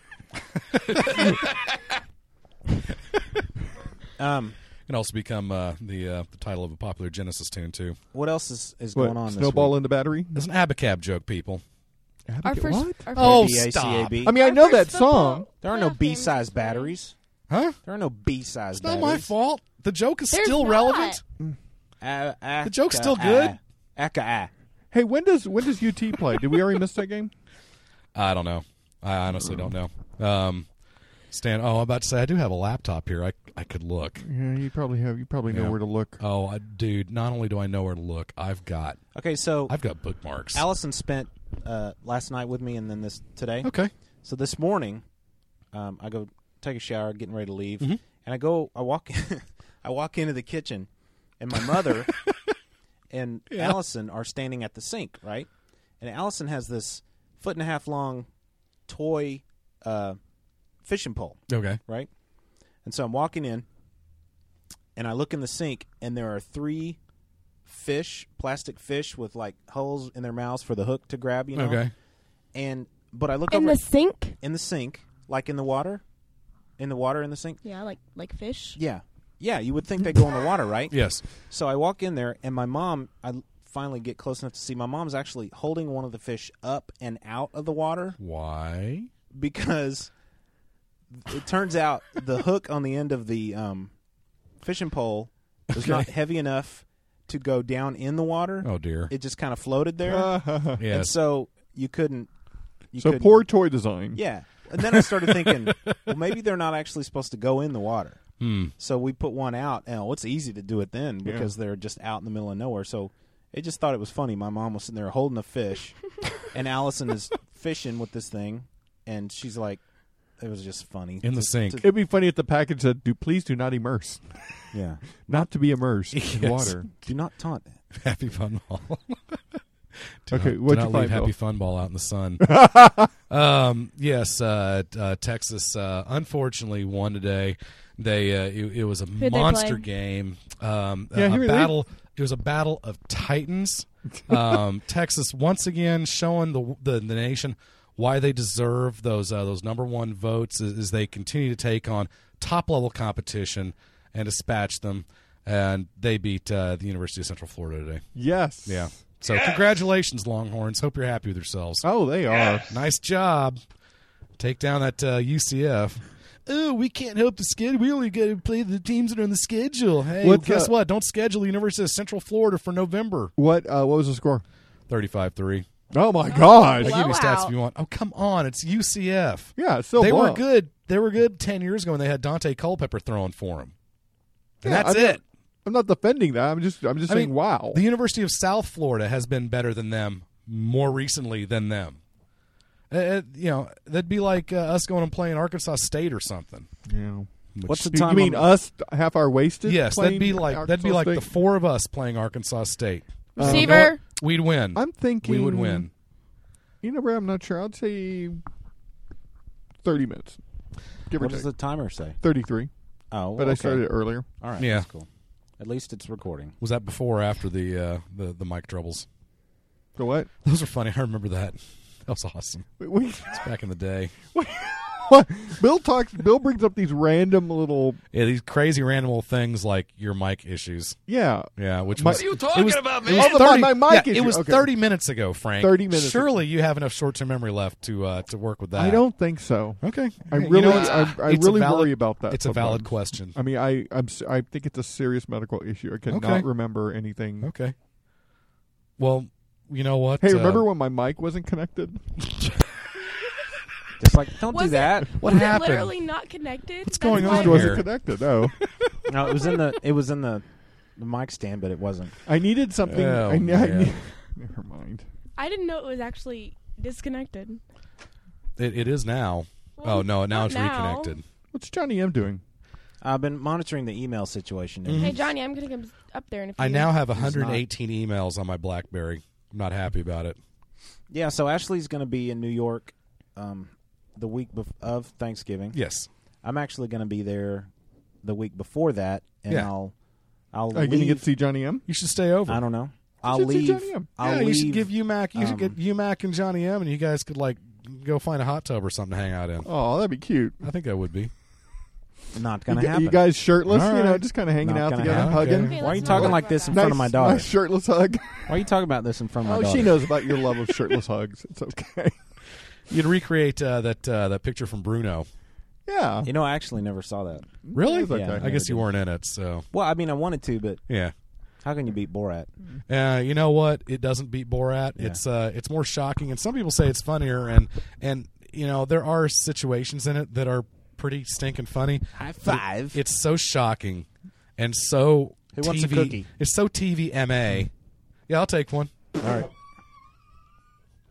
um,
can also become uh, the uh, the title of a popular Genesis tune too.
What else is, is
What,
going on?
snowball
this
in the battery?
It's an abacab joke, people.
Our first, our
Oh,
week?
stop!
B-A-C-A-B.
I mean, I know that song.
There are no B size batteries.
Huh?
There are no B size
It's not
batteries.
my fault. The joke is
There's
still
not.
relevant.
Uh, uh,
The joke's
uh,
still
uh,
good.
Aka, ah.
Hey, when does when does UT play? Did we already miss that game?
I don't know. I honestly don't know. Um, Stan, oh, I'm about to say I do have a laptop here. I I could look.
Yeah, you probably have. You probably know
Yeah.
where to look.
Oh, I, dude! Not only do I know where to look, I've got
Okay, so
I've got bookmarks.
Allison spent uh, last night with me, and then this today.
Okay.
So this morning, um, I go take a shower, getting ready to leave,
Mm-hmm.
and I go. I walk. [LAUGHS] I walk into the kitchen, and my
[LAUGHS]
mother and
Yeah.
Allison are standing at the sink, right? And Allison has this foot and a half long toy uh, fishing pole.
Okay.
Right. And so I'm walking in, and I look in the sink, and there are three fish, plastic fish with like holes in their mouths for the hook to grab. You know.
Okay.
And but I look
In
over
the sink?
In the sink, like in the water, in the water in the sink.
Yeah, like like fish.
Yeah. Yeah, you would think they go in the water, right?
Yes.
So I walk in there, and my mom, I l- finally get close enough to see my mom's actually holding one of the fish up and out of the water
Why?
because it turns out the hook on the end of the um, fishing pole was not heavy enough to go down in the water.
Oh, dear. Ah,
It just kind of floated there. And
Yes.
so you couldn't. You
so
couldn't-
poor toy design.
Yeah. And then I started thinking, well, maybe they're not actually supposed to go in the water.
Hmm.
So we put one out, and oh, it's easy to do it then
Yeah.
because they're just out in the middle of nowhere. So they just thought it was funny. My mom was sitting there holding a fish, and Allison is fishing with this thing, and she's like, "It was just funny." To- to-
It'd be funny if the package said, "Do please do not immerse."
Yeah.
not to be immersed [LAUGHS] in
Yes.
water.
Do not taunt.
[LAUGHS] Happy fun ball. [LAUGHS] Do
okay,
not- do
what
not
you
leave
find?
Happy
Bill?
fun ball out in the sun. um, yes, uh, uh, Texas. Uh, unfortunately, won today. They uh, it, it was a
Who'd they
monster
play?
game. Um,
Yeah,
a
who were they?
battle. It was a battle of
[LAUGHS]
titans. Um, Texas once again showing the, the the nation why they deserve those uh, those number one votes as, as they continue to take on top level competition and dispatch them. And they beat uh, the University of Central Florida today.
Yes.
Yeah. So congratulations, Longhorns. Hope you're happy with yourselves.
Oh, they are.
Nice job. Take down that uh, UCF. Oh, we can't help the schedule. We only got to play the teams that are on the schedule. Hey,
What's
guess
up?
what? Don't schedule the University of Central Florida for November.
What uh, what was the score?
35-3.
Oh my god.
I give you stats if you want. Oh, come on. It's UCF.
Yeah, it's still
They were
blowout.
good. They were good 10 years ago when they had Dante Culpepper throwing for them. And
Yeah,
that's
I'm
it.
not- I'm not defending that. I'm just I'm just
I
saying
mean,
wow.
The University of South Florida has been better than them more recently than them. Uh, uh, you know, that'd be like uh, us going and playing Arkansas State or something.
Yeah.
What's the
You-
time
You mean
on-
us half hour wasted?
yes, that'd
playing
be like that'd be
Arkansas
like the
State?
four of us playing Arkansas State.
Um,
You know what? We'd win.
I'm thinking
we would win.
You know, Brad, I'm not sure. I'd say thirty minutes. Give or
What does
take.
the timer say?
Thirty-three.
Oh,
but I
okay.
started earlier.
All right.
Yeah.
That's cool. At least it's recording.
Was that before or after the uh, the the mic troubles? [LAUGHS]
The what?
Those are funny. I remember that. That was awesome.
we- [LAUGHS]
it's back in the day.
Bill talks. Bill brings up these random little.
Yeah, these crazy random old things like your mic issues.
Yeah.
Yeah, which
My-
was
What are you
it
talking
was-
about,
It was,
man? Oh, the-
30,
my- my mic
yeah,
issue.
It was
Okay.
30 minutes ago, Frank.
30 minutes ago.
Surely you have enough short-term memory left to uh, to work with that.
I don't think so.
Okay.
I
You know,
really,
it's-
I, I
it's a
really
valid-
worry about that.
it's a valid
sometimes.
question.
I mean, I, I'm, s- I think it's a serious medical issue. I cannot
Okay.
remember anything.
Okay. Well, you know what?
Hey,
uh,
remember when my mic wasn't connected?
Just like don't do that.
What
Was it
happened?
literally not connected? What's
going
It wasn't connected. Oh. No,
no, it was in the it was in the, the mic stand, but it wasn't.
I needed something.
Oh,
I, ne- I
man.
ne- [LAUGHS] never mind.
I didn't know it was actually disconnected.
It, it is now.
Well,
oh no, now
not
it's
now.
reconnected.
What's Johnny M doing?
I've been monitoring the email situation.
Mm-hmm.
Hey Johnny, I'm gonna come s- up there in a few
I now have
minutes.
118 emails on my BlackBerry. I'm not happy about it.
Yeah, so Ashley's going to be in New York um, the week bef- of Thanksgiving.
Yes.
I'm actually going to be there the week before that, and
Yeah.
I'll I'll
Are you gonna
leave.
get to see Johnny M?
You should stay over.
I don't know. I'll
should see
leave.
Johnny M.
I'll
yeah,
leave.
you should give UMac. You should
um,
get UMac and Johnny M, and you guys could like go find a hot tub or something to hang out in.
Oh, that'd be cute.
I think that would be.
Not
You
gonna
g-
happen.
You guys shirtless,
All
you know,
right.
just kind of hanging
Not
out
gonna
together,
happen.
hugging.
Why are you talking like this in front of my
Nice-
daughter?
Nice shirtless hug.
Why are you talking about this in front of my
oh,
daughter?
she knows about your love of shirtless hugs.
[LAUGHS]
It's okay.
You'd recreate uh, that uh, that picture from Bruno.
Yeah.
You know, I actually never saw that.
Really?
Yeah,
I,
never
guess you
did.
weren't in it, so
Well, I mean, I wanted to, but
yeah.
How can you beat Borat?
Uh, you know what? It doesn't beat Borat.
Yeah.
It's uh, it's more shocking, and some people say it's funnier, and and you know there are situations in it that are pretty stinking funny.
High
five! it's so shocking, and so
Who
TV.
wants a cookie?
It's so TV ma. Yeah, I'll take one.
All right.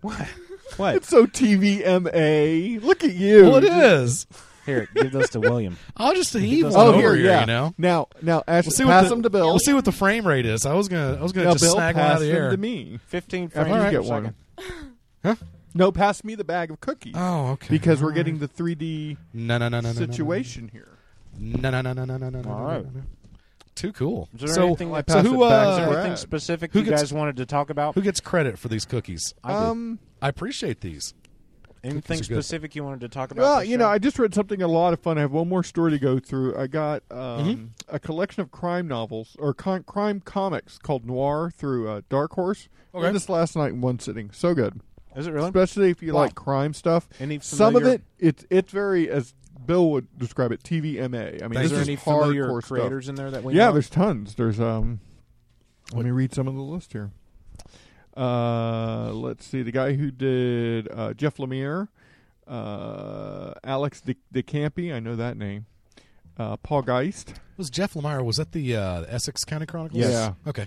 What?
[LAUGHS] It's so TVMA. Look at you.
Well, it is.
Here, give those to William.
I'll just heave
Oh,
one over
here,
here,
yeah.
you know.
Now, now, Ash,
We'll see what
pass
the-
them to Bill.
We'll see what the frame rate is. I was gonna, I was gonna
Now,
just
Bill,
snag one out of
pass
the
them
air.
to me.
15
After
frames
you
per
get
second.
one. [LAUGHS] No, pass me the bag of cookies.
Oh, okay.
Because we're
All
getting
right.
the 3D
No, no, no, no, no, no, no, no.
situation here.
No, no, no, no, no, no, no, no.
All
no,
right.
no. Too cool.
Is there
so,
anything that-
so
Pass
who,
it back to
uh,
Is there anything Brad. specific
who
you
gets,
guys wanted to talk about?
Who gets credit for these cookies?
I did. Um,
I appreciate these.
Anything
Cookies are good.
specific you wanted to talk about?
Well,
this
you know,
show?
I just read something a lot of fun. I have one more story to go through. I got um,
Mm-hmm.
a collection of crime novels or con- crime comics called Noir through uh, Dark Horse.
Okay.
Read this last night in one sitting. So good.
Is it really?
Especially if you
Wow.
like crime stuff.
Any
Some of
familiar-
it, it's it's very as Bill would describe it, TVMA. I mean,
Is
this
there
is
any familiar
hardcore stuff.
creators in there that we
Yeah,
know?
there's tons. There's um. Let me read some of the list here. Uh, let's see. The guy who did uh, Jeff Lemire, uh, Alex De- DeCampi. I know that name. uh, Paul Geist.
Was Jeff Lemire? Was that the uh, Essex County Chronicles?
Yes. Yeah.
Okay.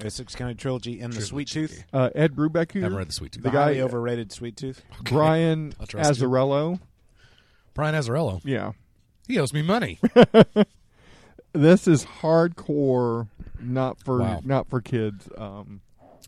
Essex County Trilogy and the Sweet Tooth.
Uh, Ed Brubeck.
Haven't read the Sweet Tooth.
The,
The guy-
highly overrated Sweet Tooth.
Brian
I'll trust you.
Azzarello.
Brian Azzarello.
Yeah.
He owes me money.
This is hardcore, not for
Wow.
not for kids. Um,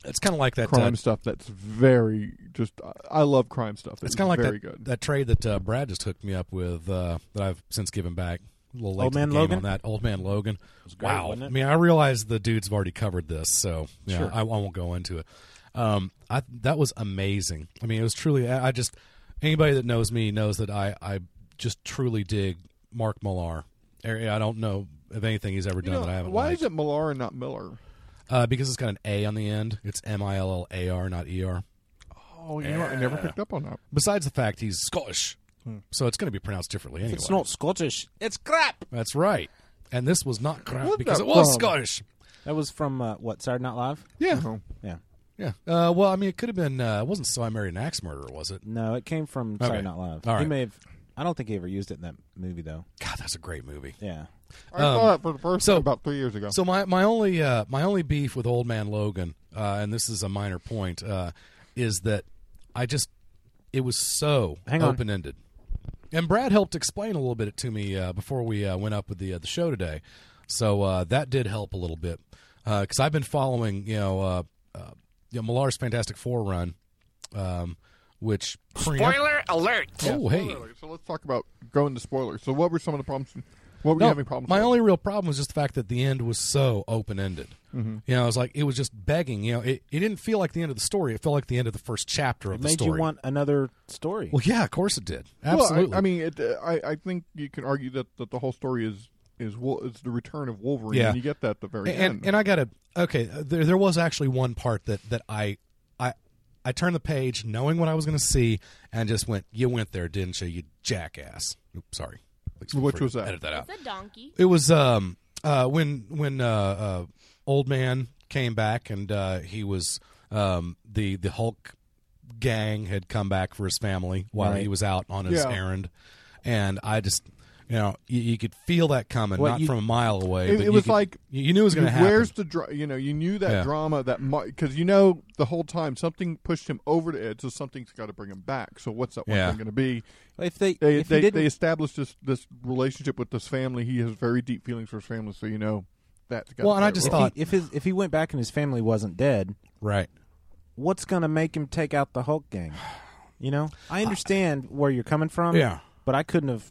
It's kinda like that,
crime
uh,
stuff. That's very just. I love crime stuff.
It's kind of like
very
that,
good.
that trade that uh, Brad just hooked me up with uh, that I've since given back. A little late
Old
to
Man
the game
Logan?
on that. Old Man Logan.
great,
wow.
wasn't it?
I mean, I realize the dudes have already covered this, so yeah,
Sure.
I, I won't go into it. Um, I that was amazing. I mean, it was truly. I, I just anybody that knows me knows that I I just truly dig Mark Millar. Er, I don't know of anything he's ever done that I haven't.
Why
liked.
is it Millar and not Miller?
Uh, because it's got an A on the end. It's M I L L A R, not E R.
Oh, you know what? I never picked up on that.
Besides the fact he's Scottish,
Hmm.
so it's going to be pronounced differently anyway.
It's not Scottish. It's crap.
That's right. And this was not crap
What
because
the
it was
fuck?
Scottish.
That was from uh, what? Saturday Night Live.
Yeah.
Yeah.
Yeah. Uh, well, I mean, it could have been. Uh, it wasn't so I married an axe murderer, was it?
No, it came from Saturday
Okay.
Night Live.
All
He
right.
may have. I don't think he ever used it in that movie though.
God, that's a great movie.
Yeah.
I saw that for the first time about three years ago.
Um, So my my only uh, my only beef with Old Man Logan, uh, and this is a minor point, uh, is that I just it was so
Hang on.
open ended. And Brad helped explain a little bit to me uh, before we uh, went up with the uh, the show today, so uh, that did help a little bit because I've been following you know uh, uh, you know Millar's Fantastic Four run, um, which
Spoiler
alert!
Oh hey,
So let's talk about going to spoilers. So what were some of the problems? What were
No,
you having problems?
my
with?
only real problem was just the fact that the end was so open ended.
Mhm.
You know, it was like it was just begging. You know, it, it didn't feel like the end of the story. It felt like the end of the first chapter of
It
the
made
story.
you want another story.
well, yeah, of course it did.
Well, I-
Absolutely.
I, mean, it, uh, I I think you can argue that, that the whole story is is Wol- is the return of Wolverine.
Yeah.
and you get that at the very
and,
end.
And, I got to okay. uh, There, there was actually one part that that I I I turned the page knowing what I was going to see and just went, "You went there, didn't you? You jackass." Oops, sorry. Please feel
Which
free
was
to
that?
Edit that out.
It's a donkey.
It was um uh when when uh, uh old man came back and uh he was um the the Hulk gang had come back for his family while
Right.
he was out on his
Yeah.
errand, and I just. You know, you, you could feel that coming,
Well,
not
you-
from a mile away.
It,
but
it
you
was
could-
like
you you knew it was going to happen.
Where's the dra- you know you knew that
Yeah.
drama that because you know the whole time something pushed him over to Ed, so something's got to bring him back. So what's that one
Yeah.
thing going to be?
If they
They
if he
they,
didn't-
they established this this relationship with this family. He has very deep feelings for his family, so you know that's got
Well, and I just
if
thought-
he, if his if he went back and his family wasn't dead,
right?
What's gonna make him take out the Hulk gang? You know, I understand where you're coming from.
Yeah.
but I couldn't have.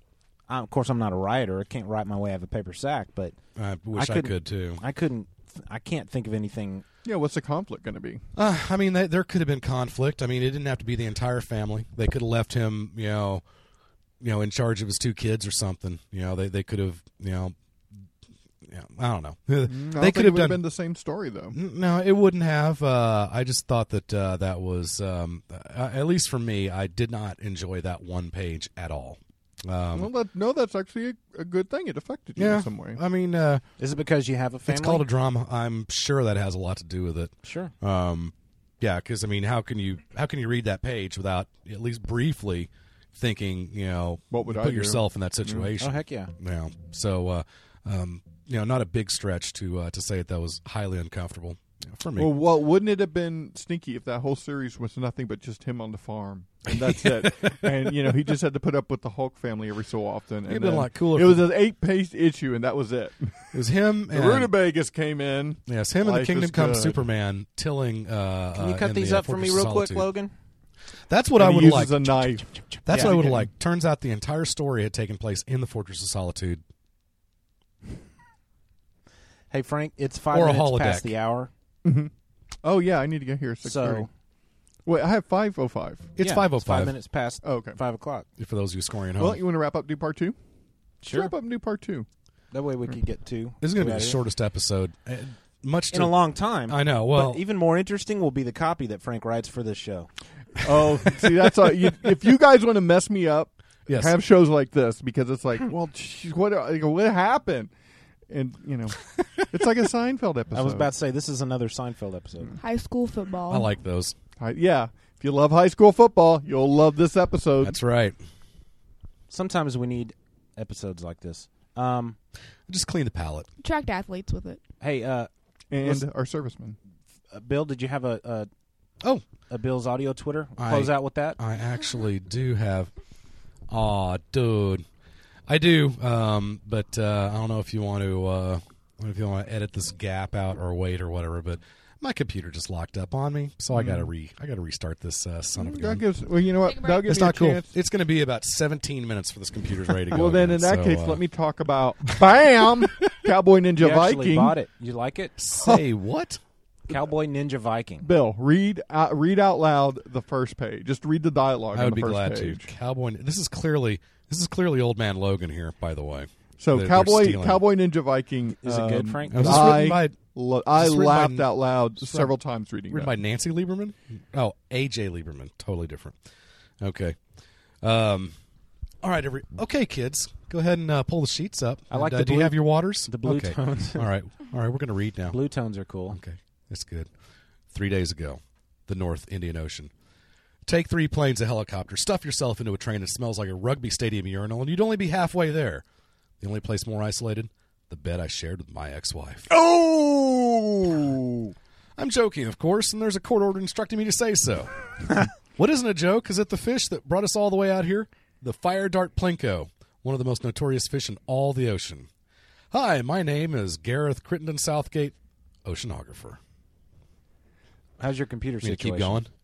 I, of course, I'm not a writer. I can't write my way out of a paper sack. But
I wish I
couldn't-
could, too.
I couldn't. I can't think of anything.
yeah. What's the conflict going to be?
Uh, I mean, th there could have been conflict. I mean, it didn't have to be the entire family. They could have left him, you know, you know, in charge of his two kids or something. You know, they they could have, you know, you know, I don't know. [LAUGHS]
Mm, I
they
don't
could
think it
have
would
done.
been the same story though.
N- no, it wouldn't have. Uh, I just thought that uh, that was, um, uh, at least for me, I did not enjoy that one page at all. Um,
well, that, no, that's actually a, a good thing. It affected you
yeah,
in some way.
I mean, uh,
Is it because you have a family?
It's called a drama. I'm sure that has a lot to do with it.
Sure.
Um, yeah, because I mean, how can you how can you read that page without at least briefly thinking, you know,
What would
you
I
put
do?
yourself in that
Mm.
situation?
Oh, heck yeah.
Yeah. So, uh, um, you know, not a big stretch to uh, to say that that was highly uncomfortable for me.
Well, well, wouldn't it have been sneaky if that whole series was nothing but just him on the farm and
[LAUGHS]
that's it? And you know, he just had to put up with the Hulk family every so often.
It'd
and
been a
then
lot cooler
It
if-
was an eight-page issue, and that was it. [LAUGHS]
It was him
The
and-
Rutabagas came in.
Yes, him and
Life
the
is
Kingdom Come
good.
Superman tilling. Uh,
Can you
uh,
cut
in
these
the, uh,
up for me
Fortress of
real quick,
Solitude.
Logan?
That's what
And
I
he
would like.
uses a knife.
That's
Yeah.
what I would
Yeah.
like. Turns out the entire story had taken place in the Fortress of Solitude.
Hey Frank, it's five
Or a
minutes past
holodeck.
the hour.
Mhm. Oh yeah, I need to get here. At
So-
6:30. wait, I have five oh five.
It's
Yeah,
five oh
Five
five.
minutes past.
Oh, okay.
Five o'clock.
For those of you scoring at home,
Well, you want to wrap up? Do part two? Let's
Sure.
Wrap up and do part two.
That way we could get to.
This is going to be the
out of here.
shortest episode, uh, much
in
to-
a long time.
I know. Well,
but even more interesting will be the copy that Frank writes for this show.
[LAUGHS] Oh, see, that's all. You, if you guys want to mess me up,
Yes.
have shows like this because it's like, well, geez, what like, what happened? And you [LAUGHS] know, it's like a Seinfeld episode.
I was about to say this is another Seinfeld
Mm.
episode.
High school football.
those.
yeah, if you love high school football, you'll love this episode.
That's right.
Sometimes we need episodes like this. Um,
Just clean the palate.
Attract athletes with it.
Hey, uh,
And
listen-
our servicemen.
Uh, Bill, did you have a, a
oh
a Bill's audio Twitter?
I-
Close out with that.
I actually do have. Aw, dude, I do. Um, but uh, I don't know if you want to. Uh, I don't know if you want to edit this gap out or wait or whatever. But my computer just locked up on me, so I
Mm.
gotta re. I gotta restart this uh, son of a
That
gun.
gives. Well, you know what? That'll Mm, give
It's
me a
not cool.
chance-
It's going to be about 17 minutes for this computer's ready to go.
Well, then
again,
in that
so,
case,
uh,
let me talk about [LAUGHS] Bam Cowboy Ninja
you
Viking.
actually bought it. You like it?
Say
what?
Cowboy Ninja Viking.
Bill, read out, read out loud the first page. Just read the dialogue.
I
on
would
the
be
first
glad
page.
to. Cowboy. This is clearly this is clearly old man Logan here, by the way.
So
They're- they're
Cowboy
stealing.
Cowboy Ninja Viking
Is it good,
um,
Frank?
Was this
I,
written by-
lo-
was
I
this written by-
laughed out loud
was this
several
written-
times reading
Written
that.
by Nancy Lieberman? Oh, AJ Lieberman. Totally different. Okay. Um, all right, every okay, kids. Go ahead and uh, pull the sheets up.
I like
And, uh,
the
Do you
blue-
have your waters?
the blue
Okay.
tones.
all right, all right. We're going to read now.
Blue tones are cool.
Okay, that's good. Three days ago, the North Indian Ocean. Take three planes, a helicopter, stuff yourself into a train that smells like a rugby stadium urinal, and you'd only be halfway there. The only place more isolated, the bed I shared with my ex-wife.
Oh!
I'm joking, of course, and there's a court order instructing me to say so. what isn't a joke is that the fish that brought us all the way out here, the fire dart plinko, one of the most notorious fish in all the ocean. Hi, my name is Gareth Crittenden Southgate, oceanographer.
How's your computer
You need to
situation?
keep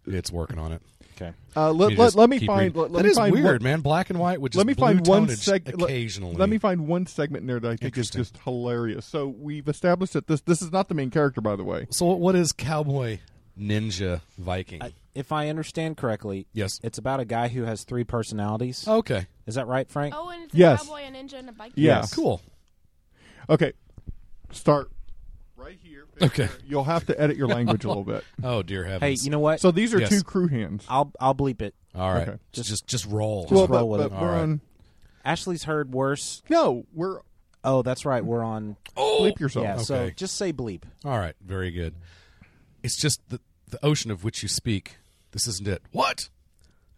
going. It's working on it.
Okay.
Uh, let,
You
let,
just
let me
keep
find.
reading.
Let, let
That
me
is
find
weird,
one-
man. Black and white with just
let me
blue
find one
tonage
seg- let-
occasionally.
Let, me find one segment in there that I think is just hilarious. So we've established that this this is not the main character, by the way.
So what is Cowboy Ninja Viking?
If I understand correctly,
yes,
it's about a guy who has three personalities.
Okay,
is that right, Frank?
Oh, and it's
a
a
Yes.
cowboy, a ninja, and a bike.
Yeah.
Yes.
Cool.
Okay, start.
Okay.
You'll have to edit
[LAUGHS]
your language a little bit.
Oh dear
Hey,
heavens!
you know what?
So these are two crew hands.
I'll I'll bleep it.
All right,
Okay.
just, just just roll,
Just roll with it.
we're All right. on-
Ashley's heard worse.
No, we're.
Oh, that's right. We're on.
Oh!
Bleep yourself.
Yeah, So
Okay.
just say bleep.
All right, very good. It's just the the ocean of which you speak. This isn't it. What?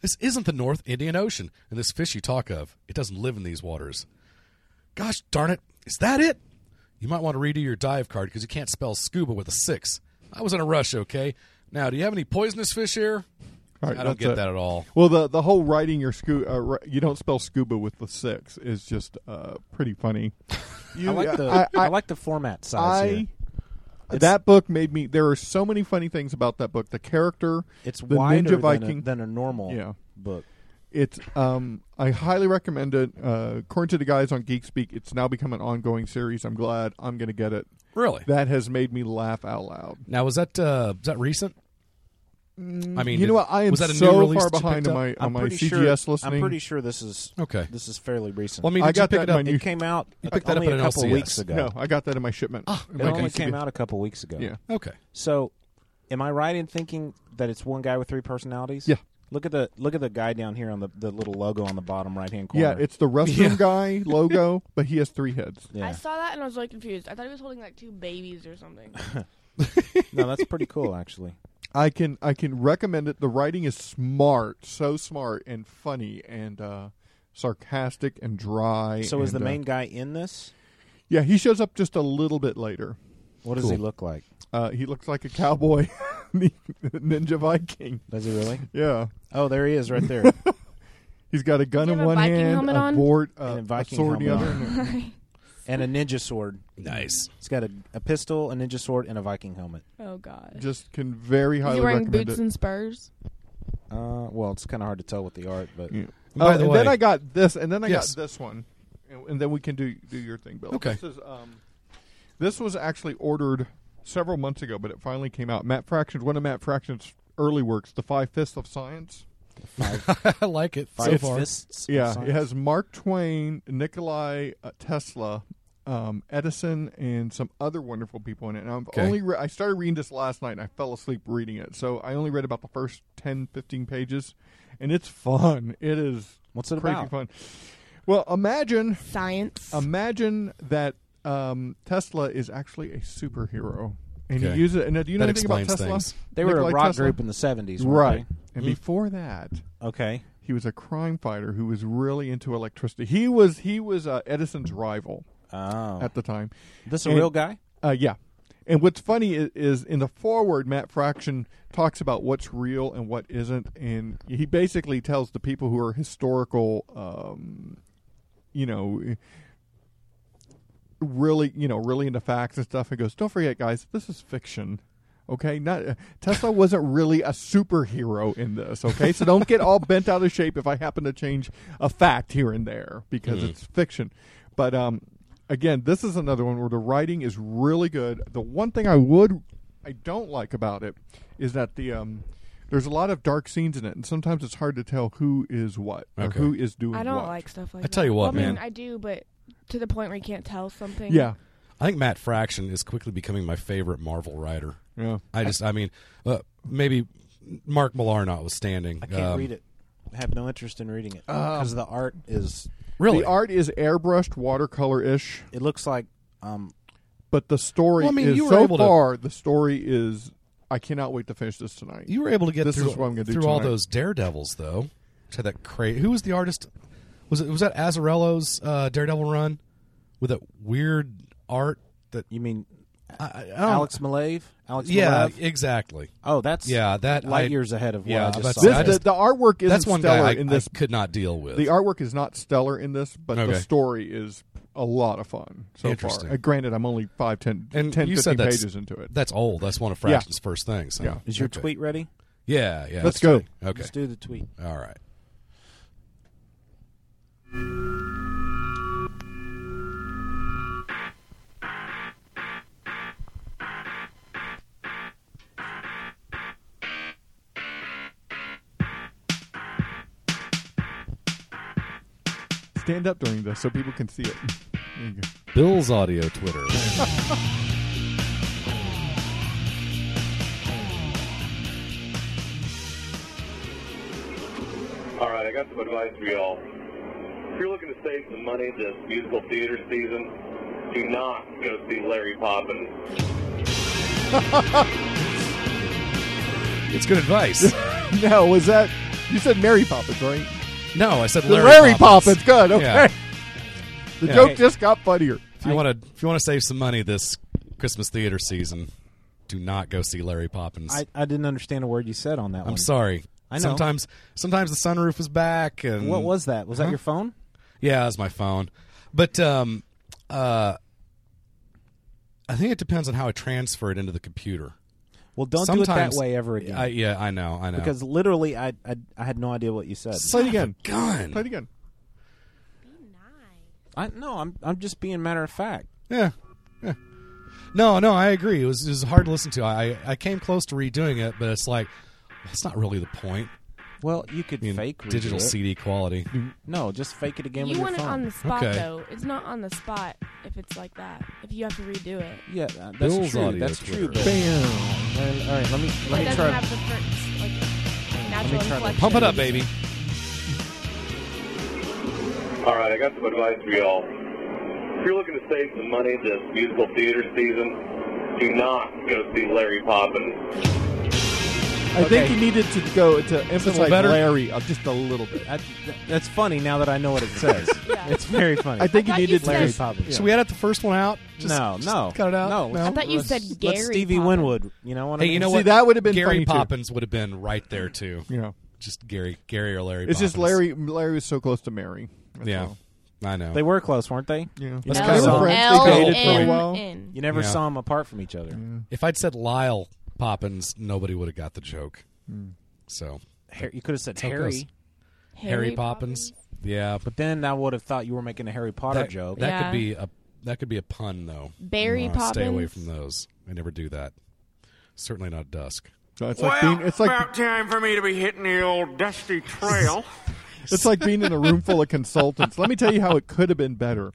This isn't the North Indian Ocean, and this fish you talk of, it doesn't live in these waters. Gosh darn it! Is that it? You might want to redo your dive card because you can't spell scuba with a six. I was in a rush. Okay. Now, do you have any poisonous fish here?
All right,
I don't
that's
get
it.
that at all.
Well, the the whole writing your scu- uh, ri- you don't spell scuba with the six is just uh,
[LAUGHS]
pretty funny.
I like the I,
I- I-
like the format size
I-
here.
that book made me. There are so many funny things about that book. The character,
It's
the
wider
Ninja
than a-
Viking,
than a normal
yeah.
book.
It's um, I highly recommend it. Uh, according to the guys on Geek Speak, it's now become an ongoing series. I'm glad I'm going to get it.
Really?
that has made me laugh out loud.
Now, was that uh, was that recent? I mean,
Mm, you know
did-
what? I am
was that a new
so
release
far
that you
behind
picked
on
up?
my on
I'm
my
pretty
CGS
sure-
listening.
I'm pretty sure this is
Okay.
This is fairly recent.
Well, I mean, did you pick it up?
It came out
You picked that
only
up at
a couple
NLCS.
weeks ago.
No, I got that in my shipment.
Oh,
In
It
my
only
Geek Speak.
came out a couple weeks ago.
Yeah.
Okay.
So, am I right in thinking that it's one guy with three personalities?
Yeah.
Look at the look at the guy down here on the, the little logo on the bottom right hand corner.
Yeah, it's the restroom guy logo, but he has three heads.
Yeah.
I saw that and I was really confused. I thought he was holding like two babies or something.
[LAUGHS] no, that's pretty cool
[LAUGHS]
actually.
I can I can recommend it. The writing is smart, so smart and funny and uh, sarcastic and dry.
So is the
and, uh,
main guy in this?
Yeah, he shows up just a little bit later.
What does he Cool. look like?
Uh, he looks like a cowboy, [LAUGHS] ninja Viking.
Does he really?
[LAUGHS] Yeah.
Oh, there he is right
[LAUGHS]
there.
He's got a gun
Does he
in
have a
one
Viking
hand,
helmet
a
on?
board,
And
uh,
a
a
Viking
sword in the other.
helmet on.
and-
[LAUGHS] and a ninja sword.
Nice.
It's got a, a pistol, a ninja sword, and a Viking helmet.
oh god.
Just can very
Is
highly
he wearing
recommend
boots
it.
and spurs?
Uh, well, it's kind of hard to tell with the art, but
Oh, and then I got this, and then I
Yes.
got this one, and, and then we can do do your thing, Bill.
Okay.
This is um, this was actually ordered several months ago, but it finally came out. Matt Fraction's one of Matt Fraction's early works, "The Five Fifths of Science."
[LAUGHS] I like it so
It's-
far.
yeah, it has Mark Twain, Nikolai uh, Tesla, um, Edison, and some other wonderful people in it. And I've
Okay.
only re- I started reading this last night, and I fell asleep reading it. So I only read about the first 10, 15 pages, and it's fun. It is
what's it
crazy
about?
fun. Well, imagine
science.
Imagine that um, Tesla is actually a superhero, and
Okay.
you use it. And do you know
That
anything about
explains
Tesla?
things. They were a
Nikolai
rock
Tesla?
group in the 70s, weren't
right?
they?
And
Mhm.
before that,
Okay.
He was a crime fighter who was really into electricity. He was he was uh, Edison's rival
Ah.
at the time.
Oh. This a real guy?
Uh, yeah. And what's funny is, is in the foreword, Matt Fraction talks about what's real and what isn't, and he basically tells the people who are historical, um, you know, really, you know, really into facts and stuff, and goes, "Don't forget, guys, this is fiction." Okay, not uh, Tesla wasn't really a superhero in this. Okay, so don't get all bent out of shape if I happen to change a fact here and there because
Mm.
it's fiction. But um, again, this is another one where the writing is really good. The one thing I would, I don't like about it is that the um, there's a lot of dark scenes in it, and sometimes it's hard to tell who is what or
Okay.
who is doing.
I don't
what.
like stuff like
I tell you
that.
what,
I mean,
man.
I do, but to the point where you can't tell something.
I think Matt Fraction is quickly becoming my favorite Marvel writer.
Yeah.
I just, I mean, uh, maybe Mark Millar notwithstanding. um,
I can't read it. I have no interest in reading
um,
it because the art is
the art is airbrushed watercolor ish.
It looks like, um,
but the story
Well, I mean,
is
you were
so
able to-
far. The story is. I cannot wait to finish this tonight.
You were able to get
this
through,
is what I'm gonna do
through all
tonight.
those daredevils, though. To that cra- Who was the artist? Was it was that Azarello's uh, Daredevil run with that weird art that
you mean
Alex
Um,
Alex Malave. Alex
yeah,
Malev?
exactly.
Oh, that's
yeah, that
light
I-
years ahead of what
yeah,
I just
that's-
saw.
I
This-
just-
the- the artwork
That's
isn't
one
stellar
guy I,
in this-
I could not deal with.
The artwork is not stellar in this, but
Okay.
the story is a lot of fun so
Interesting.
far. Uh, granted, I'm only 5, 10,
and
10,
you
15
said that's,
pages into it.
That's old. That's one of
Yeah.
Fraction's first things. huh?
Yeah.
Is your
Okay.
tweet ready?
Yeah, yeah. that's
Let's go.
right. Okay.
Let's do the tweet.
All right.
Stand up during this so people can see it. There you go.
Bill's audio Twitter.
All right, I got some advice for y'all. If you're looking to save some money this musical theater season, do not go see Larry Poppins.
It's good
[LAUGHS]
advice.
no, was that you said Mary Poppins, right?
No, I said
The
Larry,
Larry Poppins, good, okay.
Yeah.
The
Yeah.
joke just got funnier.
If you want to, if you want to save some money this Christmas theater season, do not go see Larry Poppins.
I, I didn't understand a word you said on that one.
am sorry.
I know.
Sometimes, sometimes the sunroof is back. And
What was that? Was that
Huh?
your phone?
Yeah, that's my phone. But um, uh, I think it depends on how I transfer it into the computer.
Well, don't do it that
Sometimes-
way ever again.
I, yeah, I know, I know.
Because literally, I, I I had no idea what you said.
Say it again. Gun.
Play it again.
I no, I'm I'm just being matter of fact.
Yeah. yeah. No, no, I agree. It was, it was hard to listen to. I, I came close to redoing it, but it's like that's not really the point.
Well, you could
I mean,
fake redo
digital
it.
CD quality.
No, just fake it again
you
with your
want it
phone.
on the spot
Okay.
though. It's not on the spot if it's like that. If you have to redo it,
Yeah, uh, that's
Bill's
true.
audio
That's
Twitter.
true. Bill.
Bam.
Well, All right, let me
It
let me
doesn't
try.
have the first like natural
try to-
inflection.
Pump it up, baby.
All right, I got some advice for y'all. If you're looking to save some money this musical theater season, do not go see Larry Poppins.
I think he needed to go to emphasize
better?
Larry uh, just a little bit.
I, th- that's funny now that I
[LAUGHS]
know what it says. It's very funny.
I think
I
he
thought you
needed
said-
Larry Poppins.
Should we edit the first one out? Just-
no,
just
no,
cut it out.
No,
No?
I thought you
let's-
said
let's
Gary
Stevie
Poppins.
Winwood. You know what I
Hey,
mean?
you know
See,
what?
that would've been
Gary
funny, too.
Poppins would have been right there too.
Yeah.
Just Gary, Gary or Larry.
It's just
Poppins.
Larry. Larry was so close to Mary. That's
Yeah,
all.
I know.
They were close, weren't they?
Yeah.
You
Let's
never,
cut it
saw,
off.
Friends, they dated for a while.
LMN.
you never
Yeah. Mm.
saw them apart from each other.
If I'd said Lyle Poppins, nobody would have got the joke.
Hmm.
So
Har- you could have said
That's how it
Harry,
goes. Harry, Poppins. Yeah,
but then I would have thought you were making a Harry Potter
that,
joke.
That
Yeah.
could be a that could be a pun though.
Barry
Uh, Stay away
Poppins.
from those. I never do that. Certainly not dusk.
So it's like being it's like
time for me to be hitting the old dusty trail.
[LAUGHS] it's like being in a room full of consultants. Let me tell you how it could have been better.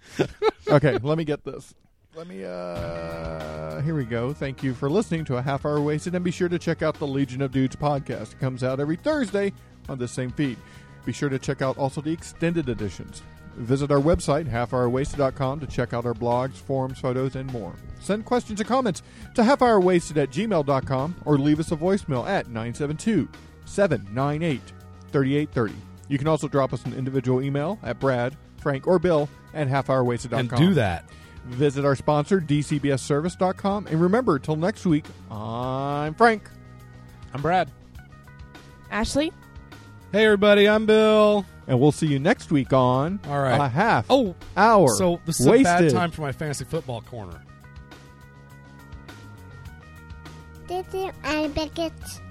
Okay, let me get this. Let me uh here we go. Thank you for listening to a half hour wasted and be sure to check out the Legion of Dudes podcast. It comes out every Thursday on the same feed. Be sure to check out also the extended editions. Visit our website, halfhourwasted.com, to check out our blogs, forums, photos, and more. Send questions and comments to halfhourwasted at gmail.com or leave us a voicemail at 972 798 3830. You can also drop us an individual email at Brad, Frank, or Bill at halfhourwasted.com.
And do that.
Visit our sponsor, dcbsservice.com. And remember, till next week, I'm Frank.
I'm Brad.
Ashley?
Hey, everybody, I'm Bill.
And we'll see you next week on
All right.
a half
oh,
hour.
So this is
wasted.
a bad time for my fantasy football corner.
Did you and Bigot?